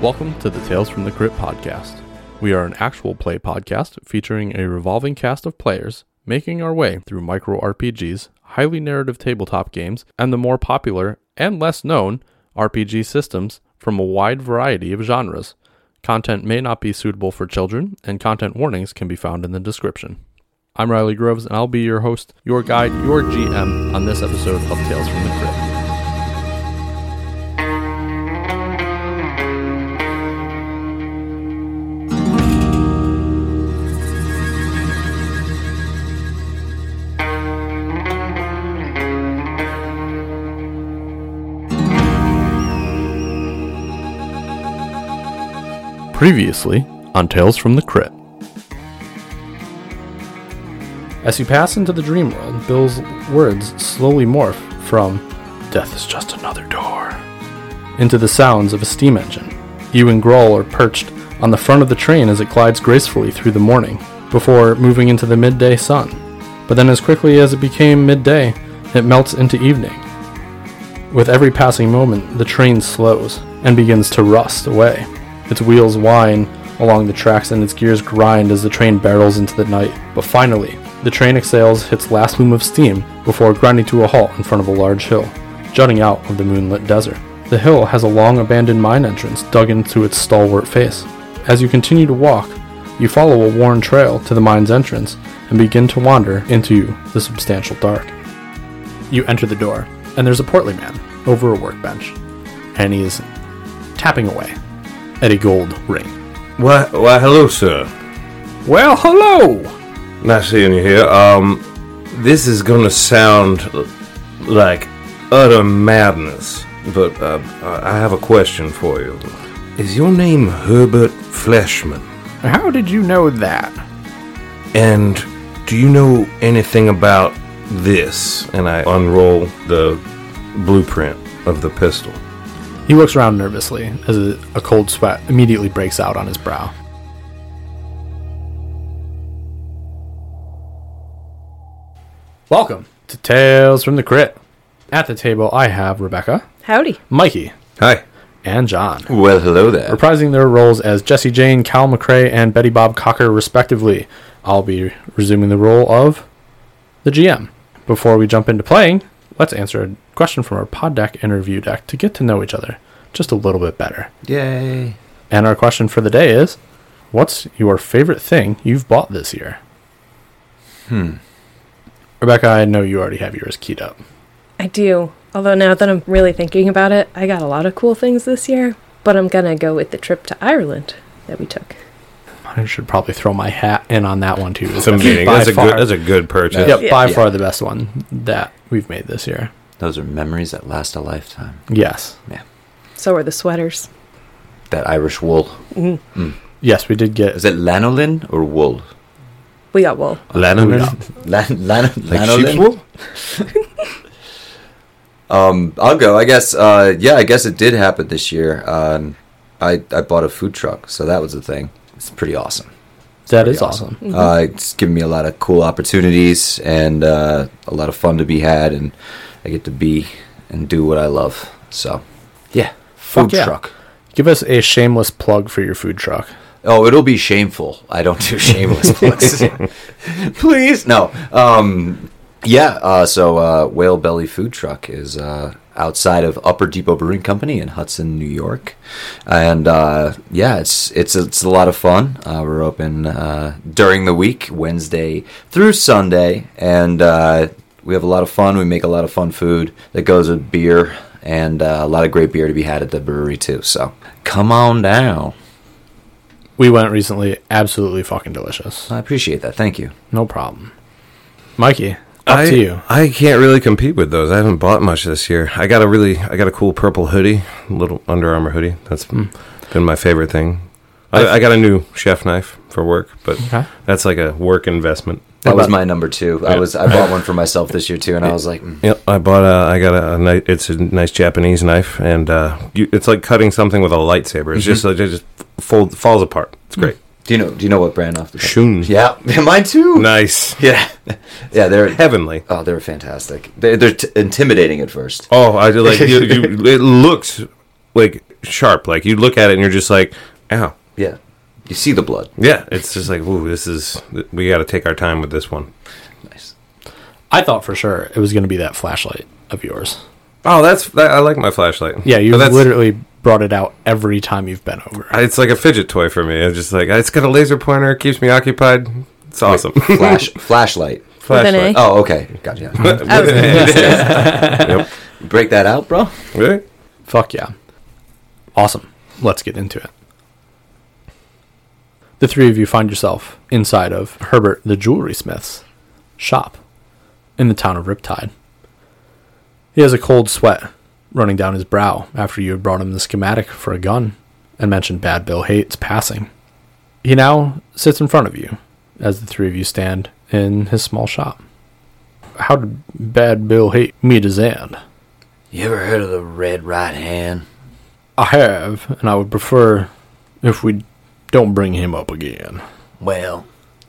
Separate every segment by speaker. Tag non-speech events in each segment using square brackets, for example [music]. Speaker 1: Welcome to the Tales from the Crypt podcast. We are an actual play podcast featuring a revolving cast of players making our way through micro RPGs, highly narrative tabletop games, and the more popular and less known RPG systems from a wide variety of genres. Content may not be suitable for children, and content warnings can be found in the description. I'm Riley Groves, and I'll be your host, your guide, your GM on this episode of Tales from the Crypt. Previously on Tales from the Crypt. As you pass into the dream world, Bill's words slowly morph from "Death is just another door" into the sounds of a steam engine. You and Grohl are perched on the front of the train as it glides gracefully through the morning before moving into the midday sun. But then, as quickly as it became midday, it melts into evening. With every passing moment, the train slows and begins to rust away. Its wheels whine along the tracks and its gears grind as the train barrels into the night. But finally, the train exhales its last plume of steam before grinding to a halt in front of a large hill, jutting out of the moonlit desert. The hill has a long abandoned mine entrance dug into its stalwart face. As you continue to walk, you follow a worn trail to the mine's entrance and begin to wander into the substantial dark. You enter the door, and there's a portly man over a workbench, and he is tapping away at a gold ring.
Speaker 2: Why, why, hello, sir.
Speaker 1: Well, hello!
Speaker 2: Nice seeing you here. Um, this is gonna sound l- like utter madness, but uh, I I have a question for you. Is your name Herbert Fleshman?
Speaker 1: How did you know that?
Speaker 2: And do you know anything about this? And I unroll the blueprint of the pistol.
Speaker 1: He looks around nervously as a, a cold sweat immediately breaks out on his brow. Welcome to Tales from the Crypt. At the table, I have Rebecca,
Speaker 3: Howdy.
Speaker 1: Mikey,
Speaker 2: Hi.
Speaker 1: and John,
Speaker 2: Well, hello there.
Speaker 1: reprising their roles as Jesse Jane, Cal McRae, and Betty Bob Cocker, respectively. I'll be resuming the role of the GM. Before we jump into playing, let's answer a question from our pod deck interview deck to get to know each other just a little bit better.
Speaker 2: Yay.
Speaker 1: And our question for the day is What's your favorite thing you've bought this year? Hmm. Rebecca, I know you already have yours keyed up.
Speaker 3: I do. Although now that I'm really thinking about it, I got a lot of cool things this year, but I'm gonna go with the trip to Ireland that we took.
Speaker 1: I should probably throw my hat in on that one too.
Speaker 2: It's amazing.
Speaker 1: By
Speaker 2: That's a
Speaker 1: far-
Speaker 2: good. That's a good purchase.
Speaker 1: Yep,
Speaker 3: Yeah.
Speaker 1: by
Speaker 4: Yeah.
Speaker 1: far the best one that we've made this year.
Speaker 4: Those are memories that last a lifetime.
Speaker 1: Yes.
Speaker 4: Yeah.
Speaker 3: So are the sweaters.
Speaker 4: That Irish wool.
Speaker 1: Yes, we did get
Speaker 4: Is it lanolin or wool?
Speaker 3: We got wool.
Speaker 2: Lanolin?
Speaker 4: Lan, lan,
Speaker 2: Like
Speaker 4: lanolin?
Speaker 2: sheep's wool?
Speaker 4: Um, I'll go. I guess. Uh, yeah, I guess it did happen this year. Um, I I bought a food truck, so that was a thing. It's pretty awesome.
Speaker 1: that
Speaker 4: pretty
Speaker 1: is awesome.
Speaker 4: Uh, it's given me a lot of cool opportunities and uh, a lot of fun to be had, and I get to be and do what I love. So, yeah, food
Speaker 1: Fuck yeah.
Speaker 4: truck.
Speaker 1: Give us a shameless plug for your food truck.
Speaker 4: Oh, it'll be shameful. I don't do shameless plugs. Please, no. Um, yeah. Uh, so uh, Whale Belly Food Truck is uh, outside of Upper Depot Brewing Company in Hudson, New York, and uh, yeah, it's it's it's a lot of fun. Uh, we're open uh, during the week, Wednesday through Sunday, and uh, we have a lot of fun. We make a lot of fun food that goes with beer. And uh, a lot of great beer to be had at the brewery too. So come on down.
Speaker 1: We went recently, absolutely fucking delicious.
Speaker 4: I appreciate that. Thank you.
Speaker 1: No problem. Mikey, up
Speaker 2: I,
Speaker 1: to you.
Speaker 2: I can't really compete with those. I haven't bought much this year. I got a really, I got a cool purple hoodie, little Under Armour hoodie. That's
Speaker 1: Hmm.
Speaker 2: been my favorite thing. I, I got a new chef knife for work, but
Speaker 1: Okay.
Speaker 2: that's like a work investment.
Speaker 4: That was
Speaker 1: about-
Speaker 4: my number two. I was I bought one for myself this year too, and I was like, mm,
Speaker 2: Yep, I bought a, I got a, nice, it's a nice Japanese knife, and uh, you, it's like cutting something with a lightsaber.
Speaker 1: Mm-hmm.
Speaker 2: It's just, like, it just fold, falls apart.
Speaker 1: Hmm.
Speaker 2: It's great.
Speaker 4: "Do you know? Do you know what brand off the top?"
Speaker 2: Shun.
Speaker 4: Yeah, [laughs] mine too.
Speaker 2: Nice.
Speaker 4: Yeah, [laughs] yeah, they're
Speaker 2: Heavenly.
Speaker 4: oh, they're fantastic. They're, they're t- intimidating at first.
Speaker 1: [laughs]
Speaker 2: Oh, I did like you, you, it looks like sharp. Like you look at it and you're just like, ow.
Speaker 4: Yeah. You see the blood.
Speaker 2: Yeah, it's just like, ooh, this is. We got to take our time with this one.
Speaker 4: Nice.
Speaker 1: I thought for sure it was going to be that flashlight of yours.
Speaker 2: Oh, that's. That, I like my flashlight.
Speaker 1: Yeah, you
Speaker 2: But that's,
Speaker 1: literally brought it out every time you've been over.
Speaker 2: It's like a fidget toy for me. It's just like it's got a laser pointer. Keeps me occupied. It's awesome. [laughs]
Speaker 4: [laughs] Flash flashlight.
Speaker 3: With an
Speaker 2: flashlight.
Speaker 4: Oh, okay. [laughs] Gotcha.
Speaker 3: I
Speaker 2: Oh.
Speaker 3: was gonna
Speaker 2: Yep.
Speaker 4: Break that out, bro.
Speaker 2: [laughs] Really?
Speaker 1: Fuck yeah. Awesome. Let's get into it. The three of you find yourself inside of Herbert the jewelry smith's shop in the town of Riptide. He has a cold sweat running down his brow after you had brought him the schematic for a gun and mentioned Bad Bill Hate's passing. He now sits in front of you as the three of you stand in his small shop. How did Bad Bill Hate meet his end?
Speaker 4: You ever heard of the red right hand?
Speaker 1: I have, and I would prefer if we don't bring him up again.
Speaker 4: Well,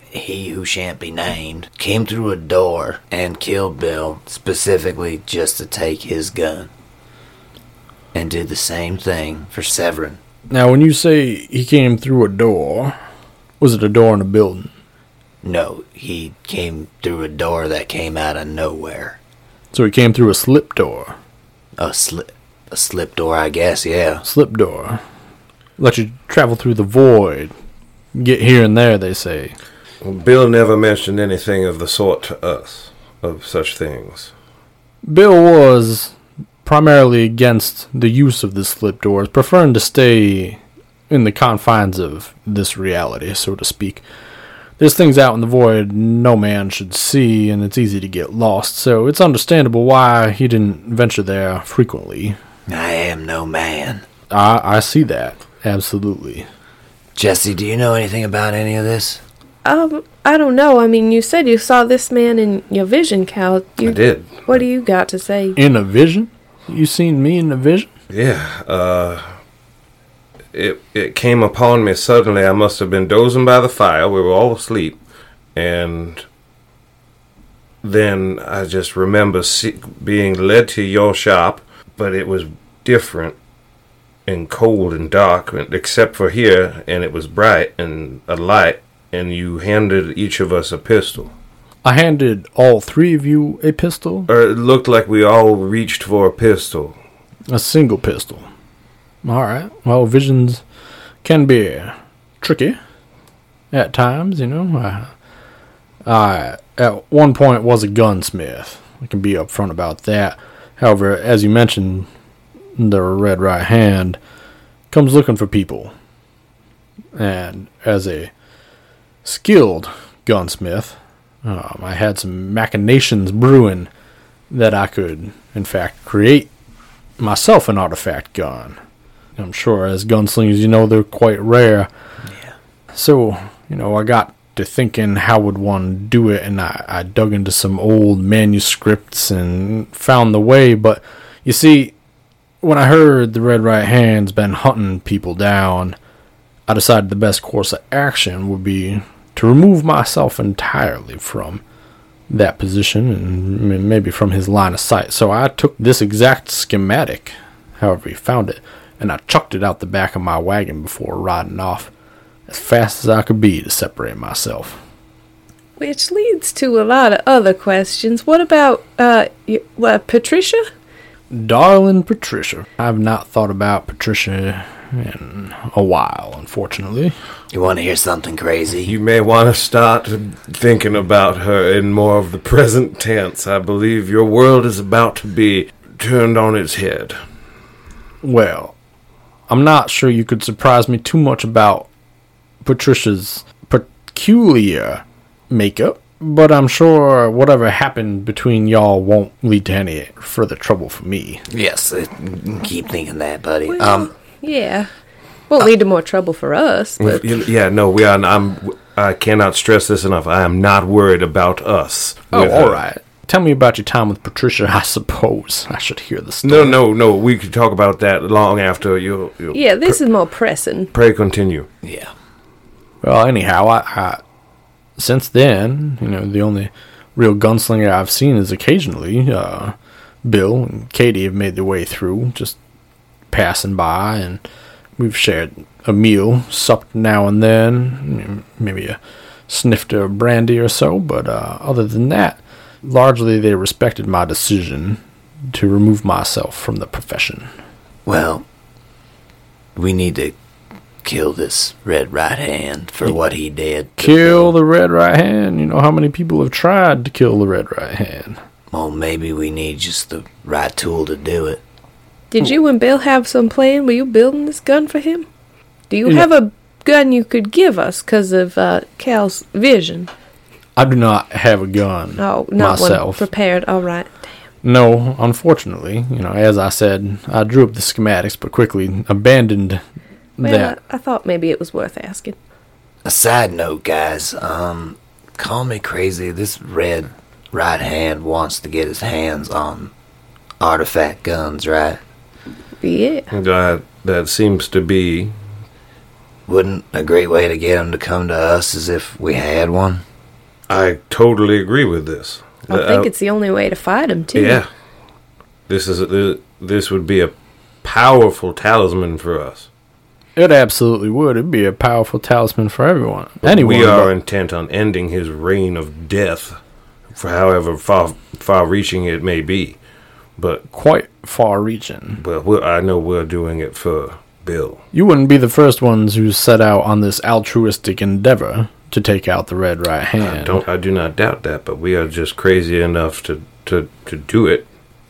Speaker 4: he who shan't be named came through a door and killed Bill specifically just to take his gun. And did the same thing for Severin.
Speaker 1: Now, when you say he came through a door, was it a door in a building?
Speaker 4: No, he came through a door that came out of nowhere.
Speaker 1: So he came through a slip door.
Speaker 4: A slip, a slip door, I guess. Yeah.
Speaker 1: Slip door. Let you travel through the void. Get here and there, they say.
Speaker 2: Bill never mentioned anything of the sort to us of such things.
Speaker 1: Bill was primarily against the use of the slip doors, preferring to stay in the confines of this reality, so to speak. There's things out in the void no man should see, and it's easy to get lost, so it's understandable why he didn't venture there frequently.
Speaker 4: I am no man.
Speaker 1: I, I see that, absolutely.
Speaker 4: Jesse, do you know anything about any of this?
Speaker 3: Um, I don't know. I mean, you said you saw this man in your vision, Cal. You,
Speaker 2: I did.
Speaker 3: What do you got to say?
Speaker 1: In a vision? You seen me in a vision?
Speaker 2: Yeah, uh, it it came upon me suddenly. I must have been dozing by the fire. We were all asleep, and then I just remember see, being led to your shop, but it was different and cold and dark, and- except for here, and it was bright and a light. And you handed each of us a pistol.
Speaker 1: I handed all three of you a pistol,
Speaker 2: Or it looked like we all reached for a pistol.
Speaker 1: A single pistol. All right. Well, visions can be tricky at times, you know. I, I at one point was a gunsmith. I can be upfront about that. However, as you mentioned, the red right hand comes looking for people. And as a skilled gunsmith, um, I had some machinations brewing that I could, in fact, create myself an artifact gun. I'm sure as gunslingers, you know, they're quite rare. So, you know, I got to thinking how would one do it, and I, I dug into some old manuscripts and found the way. But you see, when I heard the Red Right Hand's been hunting people down, I decided the best course of action would be to remove myself entirely from that position and m- maybe from his line of sight. So I took this exact schematic, however he found it, and I chucked it out the back of my wagon before riding off as fast as I could be to separate myself.
Speaker 3: Which leads to a lot of other questions. What about uh, y- uh Patricia?
Speaker 1: Darling Patricia. I've not thought about Patricia in a while, unfortunately.
Speaker 4: You want to hear something crazy?
Speaker 2: You may want to start thinking about her in more of the present tense. I believe your world is about to be turned on its head.
Speaker 1: Well, I'm not sure you could surprise me too much about Patricia's peculiar makeup, but I'm sure whatever happened between y'all won't lead to any further trouble for me.
Speaker 4: Yes, uh, keep thinking that, buddy.
Speaker 3: Well,
Speaker 4: um,
Speaker 3: yeah.
Speaker 2: Uh,
Speaker 3: Won't lead to more trouble for us. But
Speaker 2: You- Yeah, no, we are. I'm. I cannot stress this enough. I am not worried about us.
Speaker 3: Oh,
Speaker 2: with her.
Speaker 1: Oh, all right. uh, Tell me about your time with Patricia, [laughs] I suppose. I should hear the story.
Speaker 2: No, no, no. We could talk about that long after you. you
Speaker 3: yeah, this is more pressing.
Speaker 2: Pray continue.
Speaker 4: yeah.
Speaker 1: Well, anyhow, I, I since then, you know, the only real gunslinger I've seen is occasionally uh, Bill and Katie have made their way through, just passing by, and we've shared a meal, supped now and then, maybe a sniffed a brandy or so, but uh, other than that, largely they respected my decision to remove myself from the profession.
Speaker 5: Well, we need to kill this Red Right Hand for what he did. to
Speaker 1: Kill the red right hand. You know how many people have tried to kill the red right hand?
Speaker 5: Well, maybe we need just the right tool to do it.
Speaker 3: Did
Speaker 5: Hmm.
Speaker 3: you and Bill have some plan? Were you building this gun for him? Do you
Speaker 1: Yeah.
Speaker 3: have a gun you could give us because of uh, Cal's vision?
Speaker 1: I do not have a gun
Speaker 3: Oh, not
Speaker 1: myself.
Speaker 3: one prepared. All right.
Speaker 1: No, unfortunately, you know, as I said, I drew up the schematics, but quickly abandoned
Speaker 3: Well,
Speaker 1: that.
Speaker 3: I, I thought maybe it was worth asking.
Speaker 5: A side note, guys. Um, call me crazy. This Red Right Hand wants to get his hands on artifact guns, right?
Speaker 3: Yeah.
Speaker 2: That, Uh, that seems to be.
Speaker 5: Wouldn't a great way to get him to come to us is if we had one?
Speaker 2: I totally agree with this.
Speaker 3: I
Speaker 2: Uh,
Speaker 3: think it's the only way to fight him too.
Speaker 2: Yeah. This is a, this would be a powerful talisman for us.
Speaker 1: It absolutely would. It'd be a powerful talisman for everyone. Anyone.
Speaker 2: we are
Speaker 1: but-
Speaker 2: intent on ending his reign of death, for however far far-reaching it may be. But
Speaker 1: quite far reaching.
Speaker 2: well, we're, I know we're doing it for Bill.
Speaker 1: You wouldn't be the first ones who set out on this altruistic endeavor to take out the red right hand.
Speaker 2: I don't. I do not doubt that. But we are just crazy enough to to to do it.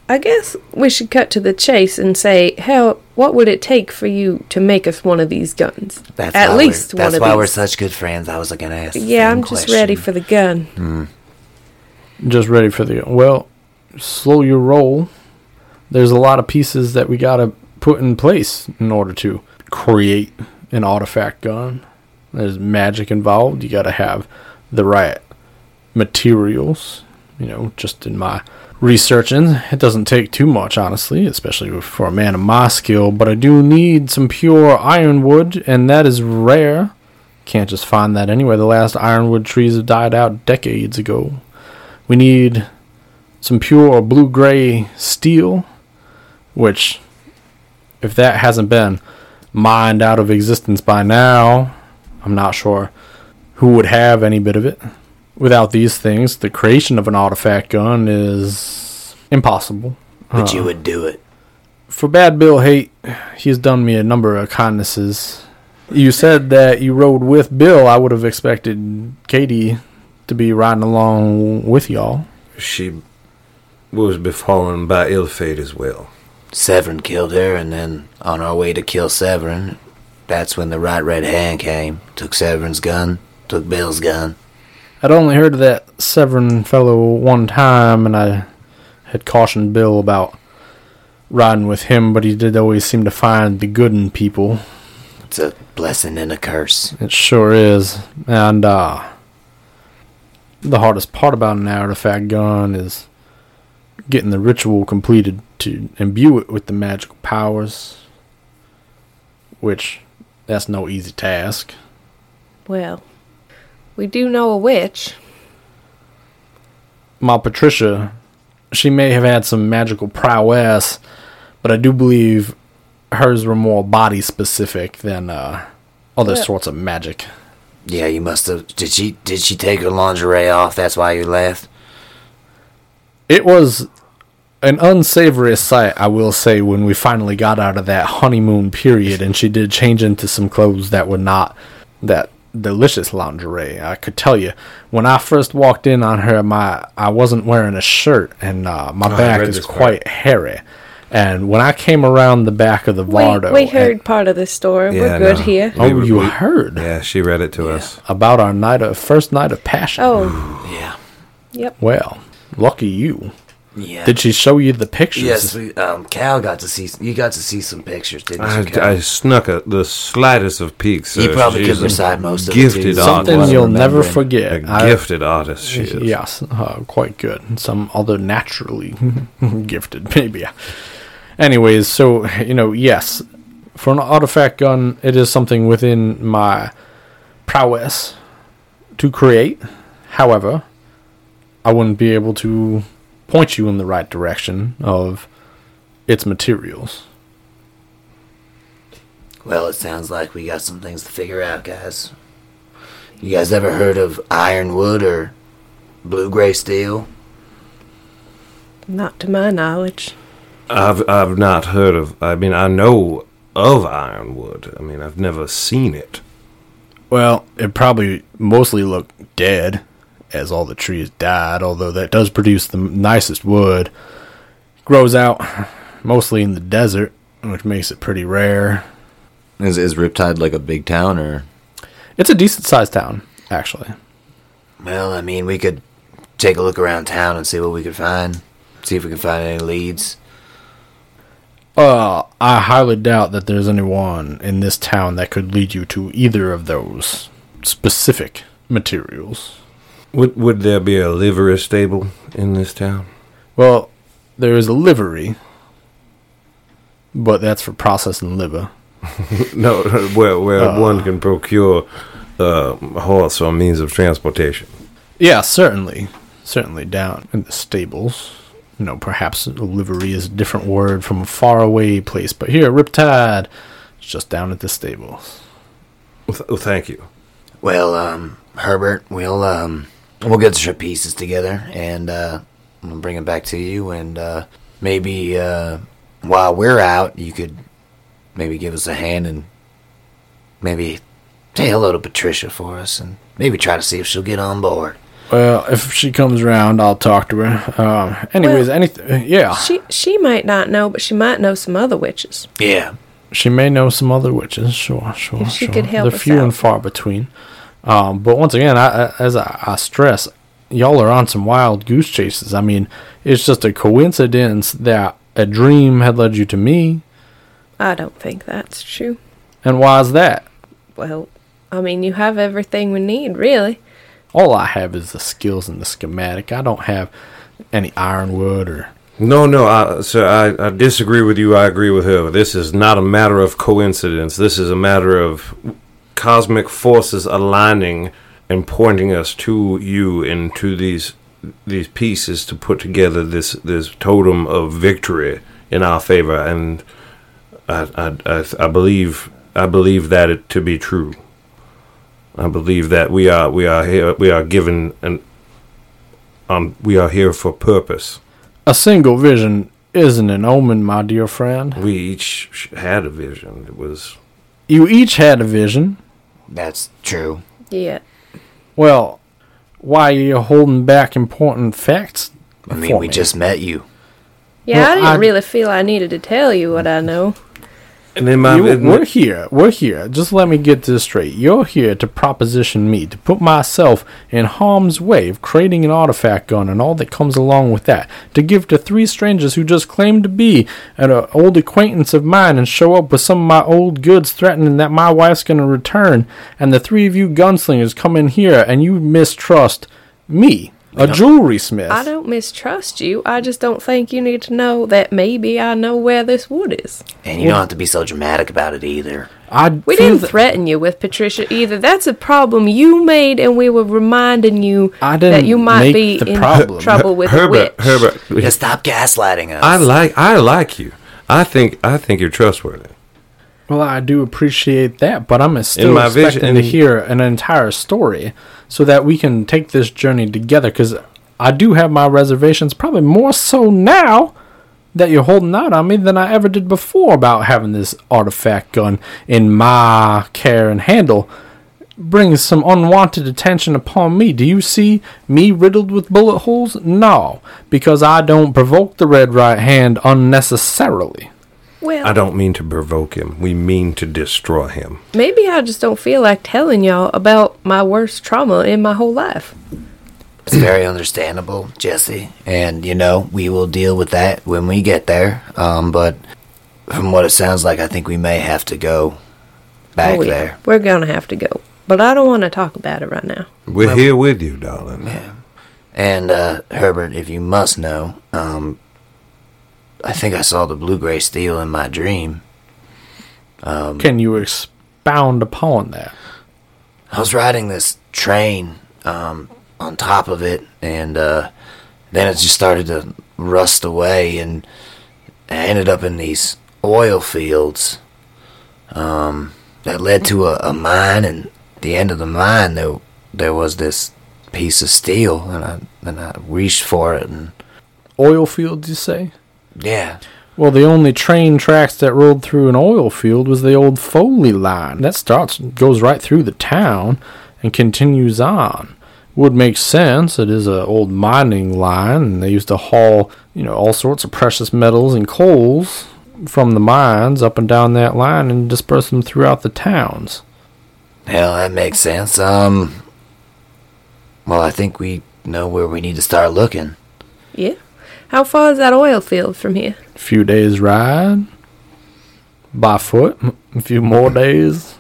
Speaker 3: I guess we should cut to the chase and say, how what would it take for you to make us one of these guns? At
Speaker 5: why we're-
Speaker 3: least one
Speaker 5: That's
Speaker 3: of
Speaker 5: why
Speaker 3: these.
Speaker 5: we're such good friends. I was going to ask. the
Speaker 3: yeah,
Speaker 5: same
Speaker 3: I'm just
Speaker 5: question.
Speaker 3: ready for the gun.
Speaker 1: just ready for the well slow your roll there's a lot of pieces that we gotta put in place in order to create an artifact gun there's magic involved you gotta have the right materials you know just in my researching it doesn't take too much honestly especially for a man of my skill but i do need some pure ironwood and that is rare can't just find that anywhere the last ironwood trees have died out decades ago we need some pure blue gray steel, which, if that hasn't been mined out of existence by now, I'm not sure who would have any bit of it. Without these things, the creation of an artifact gun is impossible.
Speaker 5: But you would do it.
Speaker 1: For Bad Bill Hate, he's done me a number of kindnesses. You said that you rode with Bill. I would have expected Katie to be riding along with y'all.
Speaker 2: She was befallen by ill fate as well.
Speaker 5: Severin killed her, and then on our way to kill Severin, that's when the right red hand came. Took Severin's gun, took Bill's gun.
Speaker 1: I'd only heard of that Severn fellow one time, and I had cautioned Bill about riding with him, but he did always seem to find the good in people.
Speaker 5: It's a blessing and a curse.
Speaker 1: It sure is. And, uh, the hardest part about an artifact gun is getting the ritual completed to imbue it with the magical powers, which that's no easy task.
Speaker 3: Well, we do know a witch.
Speaker 1: my Patricia, she may have had some magical prowess, but I do believe hers were more body specific than uh, other
Speaker 3: Yeah.
Speaker 1: sorts of magic.
Speaker 5: Yeah, you must have. Did she? Did she take her lingerie off? That's why you left.
Speaker 1: It was an unsavory sight, I will say, when we finally got out of that honeymoon period and she did change into some clothes that were not that delicious lingerie. I could tell you, when I first walked in on her, my I wasn't wearing a shirt and uh, my
Speaker 2: Oh, I
Speaker 1: back
Speaker 2: read
Speaker 1: is
Speaker 2: this part.
Speaker 1: quite hairy. And when I came around the back of the Vardo,
Speaker 3: we, we
Speaker 1: and-
Speaker 3: heard part of this story.
Speaker 2: Yeah,
Speaker 3: we're good
Speaker 2: no.
Speaker 3: here.
Speaker 1: oh,
Speaker 2: We-
Speaker 1: you
Speaker 2: we-
Speaker 1: heard
Speaker 2: Yeah, she read it to us.
Speaker 1: about our night of first night of passion.
Speaker 3: Oh,
Speaker 5: Yeah.
Speaker 3: yep.
Speaker 1: Well, lucky you.
Speaker 5: Yeah.
Speaker 1: Did she show you the pictures?
Speaker 5: Yes, we, um, Cal got to see. You got to see some pictures, didn't
Speaker 2: I,
Speaker 5: you? Cal?
Speaker 2: I snuck a, the slightest of peeks.
Speaker 5: You
Speaker 2: sir.
Speaker 5: probably
Speaker 2: She's
Speaker 5: could
Speaker 2: a
Speaker 5: recite most of it,
Speaker 2: gifted
Speaker 5: too.
Speaker 2: artist.
Speaker 1: Something you'll never
Speaker 5: remembering.
Speaker 1: forget.
Speaker 2: A
Speaker 1: I- [laughs]
Speaker 2: gifted artist she is.
Speaker 1: Yes, uh, quite good. And Some other naturally [laughs] gifted, maybe. Anyways, so, you know, yes, for an artifact gun, it is something within my prowess to create. However, I wouldn't be able to point you in the right direction of its materials.
Speaker 5: Well, it sounds like we got some things to figure out, guys. You guys ever heard of ironwood or blue gray steel?
Speaker 3: Not to my knowledge.
Speaker 2: I've I've not heard of. I mean, I know of ironwood. I mean, I've never seen it.
Speaker 6: Well, it probably mostly looked dead as all the trees died, although that does produce the nicest wood. Grows out mostly in the desert, which makes it pretty rare.
Speaker 4: Is is Riptide like a big town or?
Speaker 1: It's a decent sized town, actually.
Speaker 5: Well, I mean, we could take a look around town and see what we could find. See if we can find any leads.
Speaker 6: Uh, I highly doubt that there's anyone in this town that could lead you to either of those specific materials.
Speaker 2: Would would there be a livery stable in this town? [laughs]
Speaker 6: Well, there is a livery, but that's for processing liver.
Speaker 2: No, [laughs] where where one can procure uh, a horse or means of transportation.
Speaker 6: Yeah, certainly. Certainly down in the stables. You know, perhaps a livery is a different word from a faraway place, but here, Riptide, it's just down at the stables.
Speaker 2: Th- oh, thank you.
Speaker 5: Well, um, Herbert, we'll um, we'll get your pieces together and uh, we'll bring it back to you. And uh, maybe uh, while we're out, you could maybe give us a hand and maybe say hello to Patricia for us, and maybe try to see if she'll get on board.
Speaker 6: Well, if she comes around, I'll talk to her. Um, anyways,
Speaker 3: Well-
Speaker 6: anything. Yeah.
Speaker 3: She she might not know, but she might know some other witches.
Speaker 5: Yeah,
Speaker 6: She may know some other witches, sure, sure,
Speaker 3: If she
Speaker 6: sure.
Speaker 3: could help
Speaker 6: They're
Speaker 3: us
Speaker 6: few and
Speaker 3: out.
Speaker 1: far between. Um, but once again, I, I- as I, I stress, y'all are on some wild goose chases. I mean, it's just a coincidence that a dream had led you to me.
Speaker 3: I don't think that's true.
Speaker 1: And why is that?
Speaker 3: Well, I mean, you have everything we need, really.
Speaker 1: All I have is the skills and the schematic. I don't have any ironwood or.
Speaker 2: No, no, I, sir, I, I disagree with you. I agree with her. This is not a matter of coincidence. This is a matter of cosmic forces aligning and pointing us to you and to these these pieces to put together this this totem of victory in our favor. And I I, I, I believe I believe that it to be true. I believe that we are we are here we are given an um we are here for purpose.
Speaker 1: A single vision isn't an omen, my dear friend.
Speaker 2: We each sh- had a vision. It was
Speaker 1: You each had a vision.
Speaker 5: that's true.
Speaker 3: Yeah.
Speaker 1: Well, why are you holding back important facts?
Speaker 5: I mean,
Speaker 1: for
Speaker 5: we
Speaker 1: me?
Speaker 5: just met you.
Speaker 3: Yeah,
Speaker 1: Well,
Speaker 3: I didn't
Speaker 1: I-
Speaker 3: really feel I needed to tell you what I know.
Speaker 2: and in my
Speaker 1: You-
Speaker 2: in-
Speaker 1: we're here. We're here. Just let me get this straight. You're here to proposition me to put myself in harm's way of creating an artifact gun and all that comes along with that to give to three strangers who just claim to be an uh, old acquaintance of mine and show up with some of my old goods threatening that my wife's going to return and the three of you gunslingers come in here and you mistrust me, a jewelry smith.
Speaker 3: I don't mistrust you. I just don't think you need to know that maybe I know where this wood is.
Speaker 5: And you don't have to be so dramatic about it either.
Speaker 1: I
Speaker 3: We
Speaker 1: feel
Speaker 3: didn't
Speaker 1: that-
Speaker 3: threaten you with Patricia either. That's a problem you made, and we were reminding you
Speaker 1: I
Speaker 3: that
Speaker 1: didn't
Speaker 3: you might
Speaker 1: make
Speaker 3: be
Speaker 1: the
Speaker 3: in
Speaker 1: problem.
Speaker 3: trouble with a witch.
Speaker 2: Herbert. Herbert,
Speaker 5: Yeah, stop gaslighting us.
Speaker 2: I like I like you. I think I think you're trustworthy.
Speaker 1: Well, I do appreciate that, but I'm still
Speaker 2: my
Speaker 1: expecting
Speaker 2: vision-
Speaker 1: to hear an entire story so that we can take this journey together. Because I do have my reservations, probably more so now that you're holding out on me than I ever did before about having this artifact gun in my care and handle. Brings some unwanted attention upon me. Do you see me riddled with bullet holes? No, because I don't provoke the red right hand unnecessarily.
Speaker 3: Well,
Speaker 2: I don't mean to provoke him. We mean to destroy him.
Speaker 3: Maybe I just don't feel like telling y'all about my worst trauma in my whole life.
Speaker 5: It's very understandable, Jesse. And, you know, we will deal with that when we get there. Um, but from what it sounds like, I think we may have to go back
Speaker 3: Oh, yeah.
Speaker 5: there.
Speaker 3: We're gonna have to go. But I don't wanna talk about it right now.
Speaker 2: We're here with you, darling.
Speaker 5: And, uh, Herbert, if you must know, um, I think I saw the blue gray steel in my dream.
Speaker 1: Can you expound upon that?
Speaker 5: I was riding this train um, on top of it, and uh, then it just started to rust away, and I ended up in these oil fields. um, that led to a, a mine, and the end of the mine, though, there was this piece of steel, and I and I reached for it, and
Speaker 1: Oil fields, you say?
Speaker 5: yeah,
Speaker 1: Well, the only train tracks that rolled through an oil field was the old Foley line. That starts goes right through the town and continues on. Would make sense. It is a old mining line, and they used to haul, you know, all sorts of precious metals and coals from the mines up and down that line and disperse them throughout the towns.
Speaker 5: hell, that makes sense. Um, well, I think we know where we need to start looking.
Speaker 3: Yeah. How far is that oil field from here?
Speaker 1: few days ride by foot, [laughs] a few more days.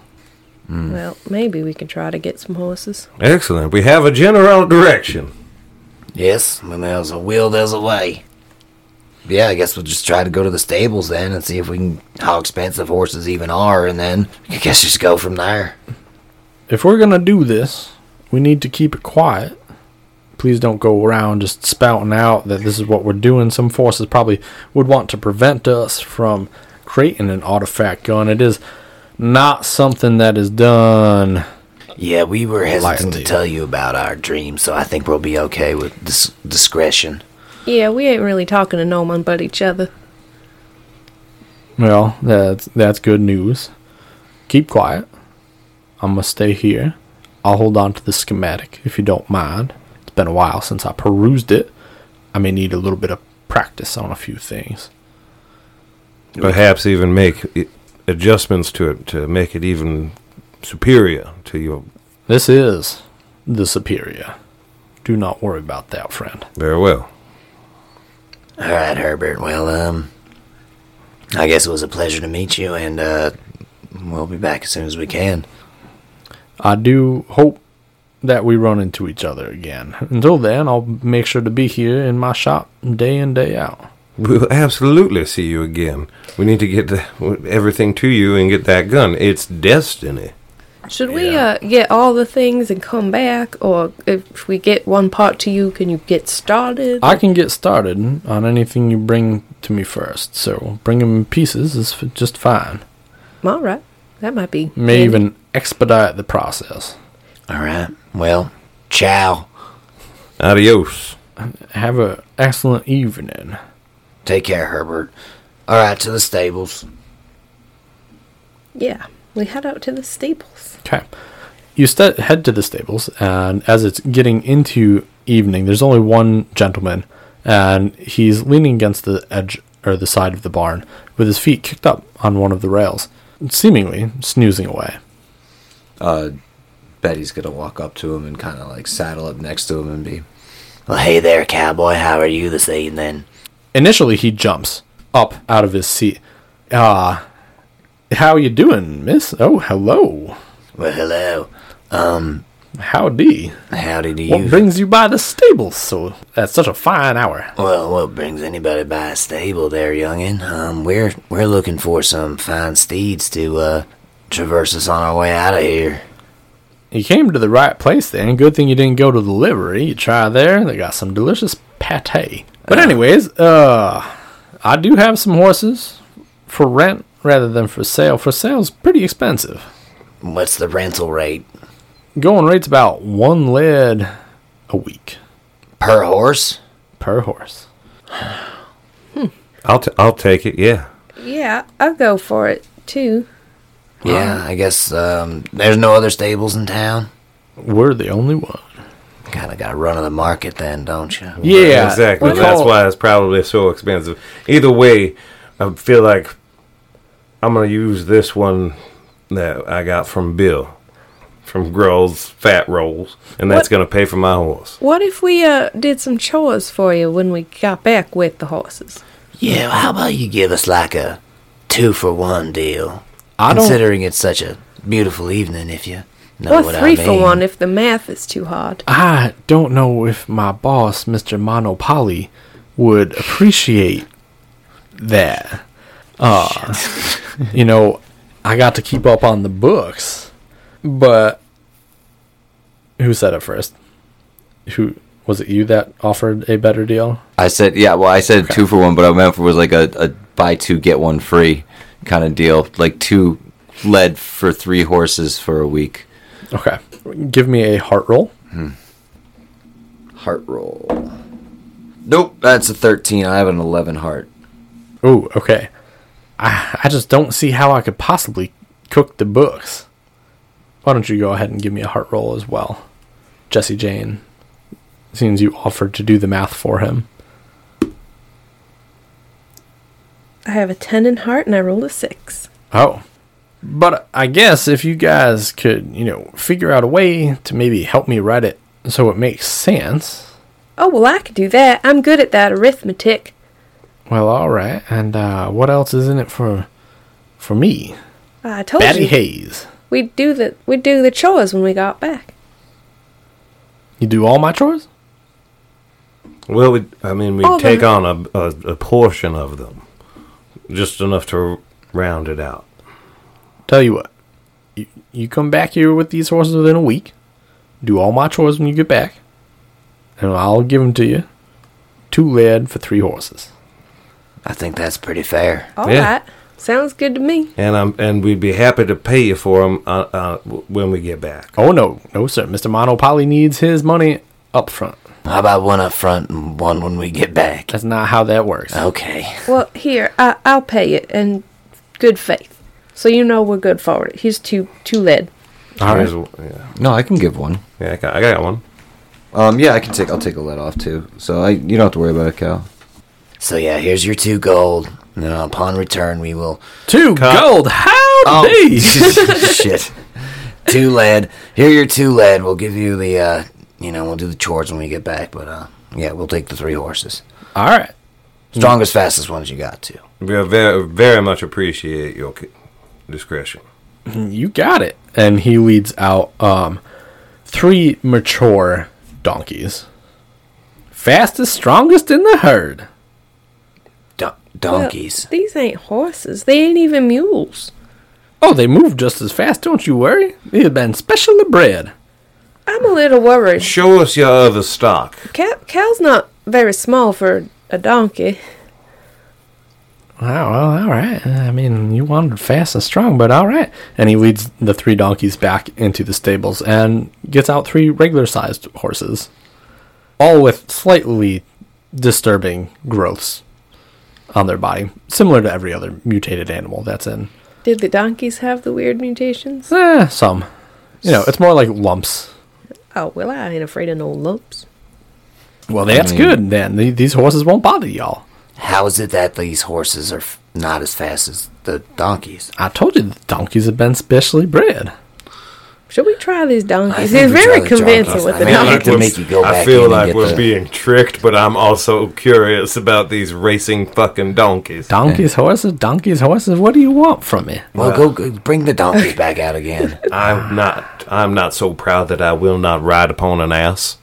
Speaker 2: Hmm.
Speaker 3: Well, maybe we can try to get some horses.
Speaker 2: Excellent. We have a general direction.
Speaker 5: Yes, when there's a will, there's a way. Yeah, I guess we'll just try to go to the stables then and see if we can how expensive horses even are, and then I guess just go from there.
Speaker 1: If we're gonna do this, we need to keep it quiet. Please don't go around just spouting out that this is what we're doing. Some forces probably would want to prevent us from creating an artifact gun. It is not something that is done.
Speaker 5: Yeah, we were hesitant to
Speaker 1: Lightly.
Speaker 5: tell you about our dream, so I think we'll be okay with dis- discretion.
Speaker 3: Yeah, we ain't really talking to no one but each other.
Speaker 1: Well, that's that's good news. Keep quiet. I'm gonna stay here. I'll hold on to the schematic if you don't mind. It's been a while since I perused it. I may need a little bit of practice on a few things.
Speaker 2: Perhaps even make i adjustments to it to make it even superior to your.
Speaker 1: This is the superior. Do not worry about that, friend.
Speaker 2: Very well.
Speaker 5: All right, Herbert. Well, um, I guess it was a pleasure to meet you, and uh, we'll be back as soon as we can.
Speaker 1: I do hope that we run into each other again. Until then, I'll make sure to be here in my shop day in day out.
Speaker 2: We'll absolutely see you again. We need to get the, everything to you and get that gun. It's destiny.
Speaker 3: Should we uh, get all the things and come back, or if we get one part to you, can you get started?
Speaker 1: I can get started on anything you bring to me first, so bring 'em in pieces is f- just fine.
Speaker 3: all right, that might be.
Speaker 1: May
Speaker 3: handy.
Speaker 1: even expedite the process.
Speaker 5: All right. Well, ciao.
Speaker 2: Adios.
Speaker 1: Have a excellent evening.
Speaker 5: Take care, Herbert. All right, to the stables.
Speaker 3: Yeah, we head out to the stables.
Speaker 1: Okay. You st- head to the stables, and as it's getting into evening, there's only one gentleman, and he's leaning against the edge or the side of the barn with his feet kicked up on one of the rails, seemingly snoozing away.
Speaker 4: Uh, Betty's gonna walk up to him and kind of like saddle up next to him and be.
Speaker 5: Well, hey there, cowboy. How are you this evening?
Speaker 1: Initially, he jumps up out of his seat. Ah, how you doing, miss? Oh, hello.
Speaker 5: Well, hello.
Speaker 1: Howdy.
Speaker 5: Howdy do
Speaker 1: What
Speaker 5: you?
Speaker 1: brings you by the stables so at such a fine hour?
Speaker 5: well, what brings anybody by a stable there, youngin? Um, we're we're looking for some fine steeds to uh traverse us on our way out of here.
Speaker 1: You came to the right place then. Good thing you didn't go to the livery. You try there, they got some delicious pate. But anyways, uh I do have some horses for rent rather than for sale. For sale's pretty expensive.
Speaker 5: What's the rental rate
Speaker 1: Going rate's about one lead a week
Speaker 5: per horse?
Speaker 1: per horse.
Speaker 2: I'll, t- I'll take it, yeah.
Speaker 3: Yeah, I'll go for it too.
Speaker 5: Yeah, I guess um, there's no other stables in town.
Speaker 1: We're the only one.
Speaker 5: Kind of got to run of the market then, don't you?
Speaker 1: Yeah,
Speaker 2: Exactly.
Speaker 1: we
Speaker 2: That's
Speaker 1: call-
Speaker 2: why it's probably so expensive. Either way, I feel like I'm going to use this one that I got from Bill from Grohl's Fat Rolls, and that's
Speaker 3: What?
Speaker 2: going to pay for my horse.
Speaker 3: What if we uh, did some chores for you when we got back with the horses?
Speaker 5: Yeah, how about you give us like a two for one deal?
Speaker 1: I don't-
Speaker 5: Considering it's such a beautiful evening, if you know
Speaker 3: or
Speaker 5: what
Speaker 3: three
Speaker 5: I mean.
Speaker 3: for one if the math is too hard.
Speaker 1: I don't know if my boss, Mr. Monopoly, would appreciate that. Uh, you know, I got to keep up on the books, but who said it first? Who was it? You that offered a better deal?
Speaker 4: I said, yeah. Well, I said two for one, but I meant for was like a, a buy two get one free kind of deal, like two lead for three horses for a week.
Speaker 1: Okay. Give me a heart roll.
Speaker 4: Heart roll. Nope, that's a 13. I have an 11 heart.
Speaker 1: Ooh, okay. I, I just don't see how I could possibly cook the books. Why don't you go ahead and give me a heart roll as well? Jesse Jane, seems you offered to do the math for him.
Speaker 3: I have a 10 in heart and I rolled a 6.
Speaker 1: Oh. But I guess if you guys could, you know, figure out a way to maybe help me write it so it makes sense.
Speaker 3: Oh, well, I could do that. I'm good at that arithmetic.
Speaker 1: Well, all right. And uh, what else is in it for for me?
Speaker 3: I told
Speaker 1: Batty
Speaker 3: you.
Speaker 1: Hayes.
Speaker 3: We'd do the we'd do the chores when we got back.
Speaker 1: You do all my chores?
Speaker 2: Well, we, I mean, we
Speaker 3: Oh,
Speaker 2: take
Speaker 3: the-
Speaker 2: on a, a, a portion of them, just enough to round it out.
Speaker 1: Tell you what. You, you come back here with these horses within a week. Do all my chores when you get back. And I'll give them to you. Two lead for three horses.
Speaker 5: I think that's pretty fair.
Speaker 3: All right,
Speaker 2: Yeah.
Speaker 3: Sounds good to me.
Speaker 2: And I'm and we'd be happy to pay you for them uh, uh, w- when we get back.
Speaker 1: Oh, no. No, sir. Mr. Monopoly needs his money up front.
Speaker 5: How about one up front and one when we get back?
Speaker 1: That's not how that works.
Speaker 5: Uh, Okay.
Speaker 3: Well, here, I I'll pay it in good faith. So you know we're good forward. Here's two two lead.
Speaker 1: All right.
Speaker 2: Here's w- Yeah,
Speaker 4: No, I can give one.
Speaker 2: yeah I, got, I got one.
Speaker 4: Um, yeah, I can take. I'll take a lead off too. So I, you don't have to worry about it, Cal.
Speaker 5: So yeah, here's your two gold. Now upon return, we will.
Speaker 1: Two gold. Howdy!
Speaker 5: Oh. [laughs] shit. Two lead. Here, your two lead. We'll give you the. uh You know, we'll do the chores when we get back. But uh yeah, we'll take the three horses.
Speaker 1: [laughs] All right.
Speaker 5: Strongest, fastest ones you got too.
Speaker 2: We are very very much appreciate your c- discretion.
Speaker 1: You got it. And he leads out um, three mature donkeys. Fastest, strongest in the herd.
Speaker 5: Don- donkeys.
Speaker 3: These ain't horses. They ain't even mules.
Speaker 1: Oh, they move just as fast, don't you worry. They have been specially bred.
Speaker 3: I'm a little worried.
Speaker 2: Show us your other stock.
Speaker 3: Cal, Cal's not very small for a donkey.
Speaker 1: Wow, well, all right. I mean, you wanted fast and strong, but all right. And he leads the three donkeys back into the stables and gets out three regular sized horses, all with slightly disturbing growths on their body, similar to every other mutated animal that's in.
Speaker 3: Did the donkeys have the weird mutations?
Speaker 1: Eh, some. You know, it's more like lumps.
Speaker 3: Oh, well, I ain't afraid of no lumps.
Speaker 1: Well, that's
Speaker 4: mean-
Speaker 1: good then. The- These horses won't bother y'all.
Speaker 5: How is it that these horses are f- not as fast as the donkeys?
Speaker 1: I told you the donkeys have been specially bred.
Speaker 3: Should we try these donkeys?
Speaker 5: think
Speaker 3: He's
Speaker 5: we
Speaker 3: very
Speaker 5: try the
Speaker 3: convincing
Speaker 5: donkeys.
Speaker 3: with
Speaker 5: I
Speaker 3: the
Speaker 5: mean, I
Speaker 3: donkeys.
Speaker 5: like to
Speaker 2: we're-
Speaker 5: make you go
Speaker 2: I
Speaker 5: back
Speaker 2: feel
Speaker 5: in and
Speaker 2: like
Speaker 5: get
Speaker 2: we're
Speaker 5: the-
Speaker 2: being tricked, but I'm also curious about these racing fucking donkeys.
Speaker 1: Donkeys, horses, donkeys, horses. What do you want from me?
Speaker 5: Well, go, go bring the donkeys back out again.
Speaker 2: I'm not. I'm not so proud that I will not ride upon an ass.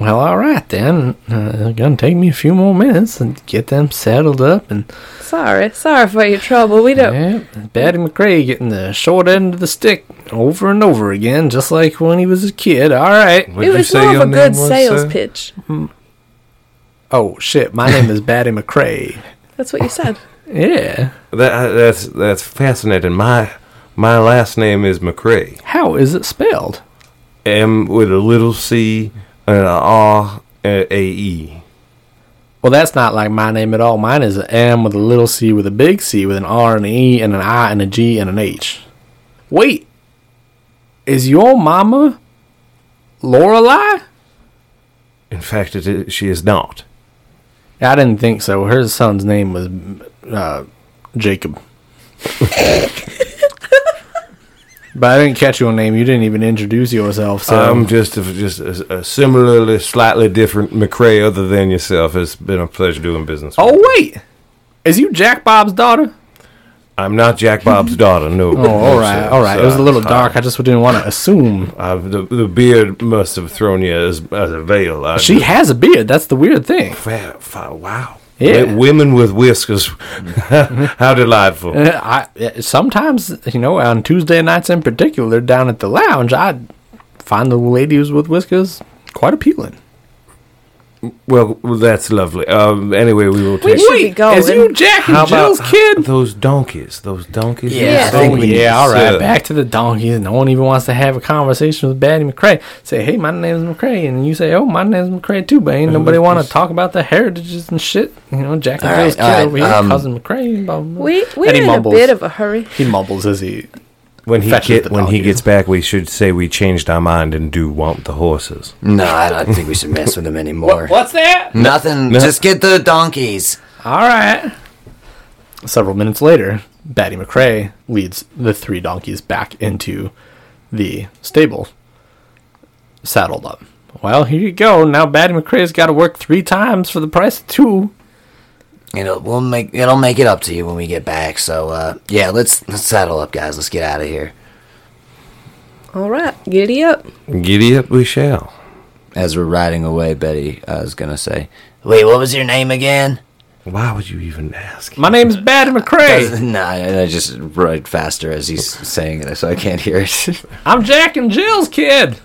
Speaker 1: Well, all right then. Uh, it's gonna take me a few more minutes and get them settled up. And
Speaker 3: [laughs] Sorry, sorry for your trouble. We don't.
Speaker 1: yeah, Batty McRae getting the short end of the stick over and over again, just like when he was a kid. All right.
Speaker 2: Would
Speaker 3: it was more of a good sales
Speaker 2: sir?
Speaker 3: pitch.
Speaker 1: Oh shit, my name is Batty McRae.
Speaker 3: That's what you said.
Speaker 1: Yeah.
Speaker 2: That, uh, that's that's fascinating. My my last name is McCrae.
Speaker 1: How is it spelled?
Speaker 2: M with a little C and a R and a E.
Speaker 1: Well, that's not like my name at all. Mine is an M with a little C with a big C with an R and an E and an I and a G and an H. Wait, is your mama Lorelai?
Speaker 2: In fact, it is, she is not.
Speaker 1: I didn't think so. Her son's name was uh, Jacob. [laughs] but I didn't catch your name. You didn't even introduce yourself. So
Speaker 2: I'm just a, just a, a similarly slightly different McCrae, other than yourself. It's been a pleasure doing business. with you.
Speaker 1: oh wait, is you Jack Bob's daughter?
Speaker 2: I'm not
Speaker 1: [laughs]
Speaker 2: Jack Bob's daughter. No.
Speaker 1: Oh, all right, all right. It was a little
Speaker 2: uh,
Speaker 1: dark. I just didn't want to assume.
Speaker 2: I, the, the beard must have thrown you as, as a veil. I
Speaker 1: She has a beard. That's the weird thing.
Speaker 2: Fa- fa- Wow.
Speaker 1: Yeah.
Speaker 2: Wo- Women with whiskers.
Speaker 1: [laughs]
Speaker 2: How delightful.
Speaker 1: Uh, I uh, sometimes you know on Tuesday nights in particular down at the lounge I find the ladies with whiskers quite appealing.
Speaker 2: Well, that's lovely. Um, anyway, we will
Speaker 3: We
Speaker 2: take.
Speaker 3: should be going.
Speaker 1: Is you Jack and Jill's kid?
Speaker 2: those donkeys? Those donkeys.
Speaker 5: Yeah,
Speaker 3: Yeah.
Speaker 5: I think we need
Speaker 1: Oh, yeah,
Speaker 5: to
Speaker 1: all right.
Speaker 2: sit.
Speaker 1: Back to the donkeys. No one even wants to have a conversation with Batty McCray. Say, hey, my name's McCray, and you say, oh, my name's McCray too. But ain't nobody want to talk about the heritages and shit. You know, Jack and
Speaker 5: All
Speaker 1: Jill's kid
Speaker 5: right, all
Speaker 1: over
Speaker 5: right,
Speaker 1: here,
Speaker 5: um,
Speaker 1: cousin McCray. Blah, blah.
Speaker 3: We we're
Speaker 1: And he
Speaker 3: in a
Speaker 1: mumbles.
Speaker 3: bit of a hurry.
Speaker 1: He mumbles as he.
Speaker 2: When he
Speaker 1: Fetches
Speaker 2: get,
Speaker 1: the
Speaker 2: when he
Speaker 1: donkeys.
Speaker 2: gets back, we should say we changed our mind and do want the horses.
Speaker 5: No, I don't think we should mess with them anymore.
Speaker 1: What's that?
Speaker 5: Nothing. Just get the donkeys.
Speaker 1: All right. Several minutes later, Batty McCray leads the three donkeys back into the stable, saddled up. Well, here you go. Now Batty McCray's got to work three times for the price of two.
Speaker 5: It'll we'll make it'll make it up to you when we get back. So uh, yeah, let's let's saddle up, guys. Let's get out of here.
Speaker 3: All right, giddy up.
Speaker 2: Giddy up, we shall.
Speaker 5: As we're riding away, Betty uh, is gonna say, "Wait, what was your name again?"
Speaker 2: Why would you even ask?
Speaker 1: My name's Batty McCray.
Speaker 5: [laughs] Nah, and I just ride faster as he's saying it, so I can't hear it. [laughs]
Speaker 1: I'm Jack and Jill's kid.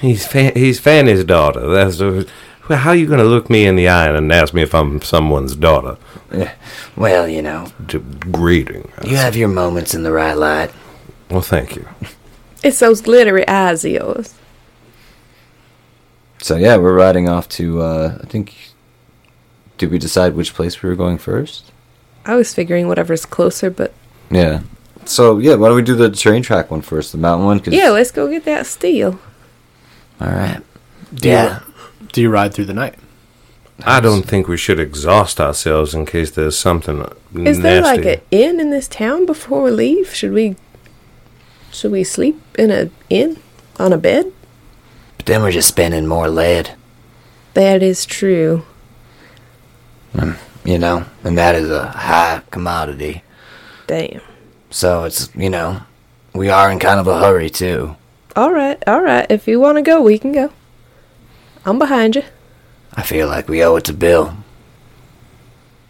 Speaker 2: He's fa- he's Fanny's daughter. That's the- well, how are you going to look me in the eye and ask me if I'm someone's daughter?
Speaker 5: well, you know,
Speaker 2: Degrading.
Speaker 5: you have your moments in the right light.
Speaker 2: Well, thank you.
Speaker 3: It's those glittery eyes of yours.
Speaker 4: So yeah, we're riding off to. Uh, I think. Did we decide which place we were going first?
Speaker 3: I was figuring whatever's closer, but
Speaker 4: Yeah. So yeah, why don't we do the train track one first, the mountain one? 'cause-
Speaker 3: yeah, let's go get that steel.
Speaker 5: All right.
Speaker 1: Do you-
Speaker 5: yeah.
Speaker 1: Do you ride through the night?
Speaker 2: I don't think we should exhaust ourselves in case there's something
Speaker 3: Is
Speaker 2: nasty.
Speaker 3: there like an inn in this town before we leave? Should we should we sleep in a inn on a bed?
Speaker 5: But then we're just spending more lead,
Speaker 3: That is true.
Speaker 5: you know, and that is a high commodity.
Speaker 3: Damn.
Speaker 5: So it's you know, we are in kind of a hurry too.
Speaker 3: All right, all right. If you want to go, we can go. I'm behind you.
Speaker 5: I feel like we owe it to Bill.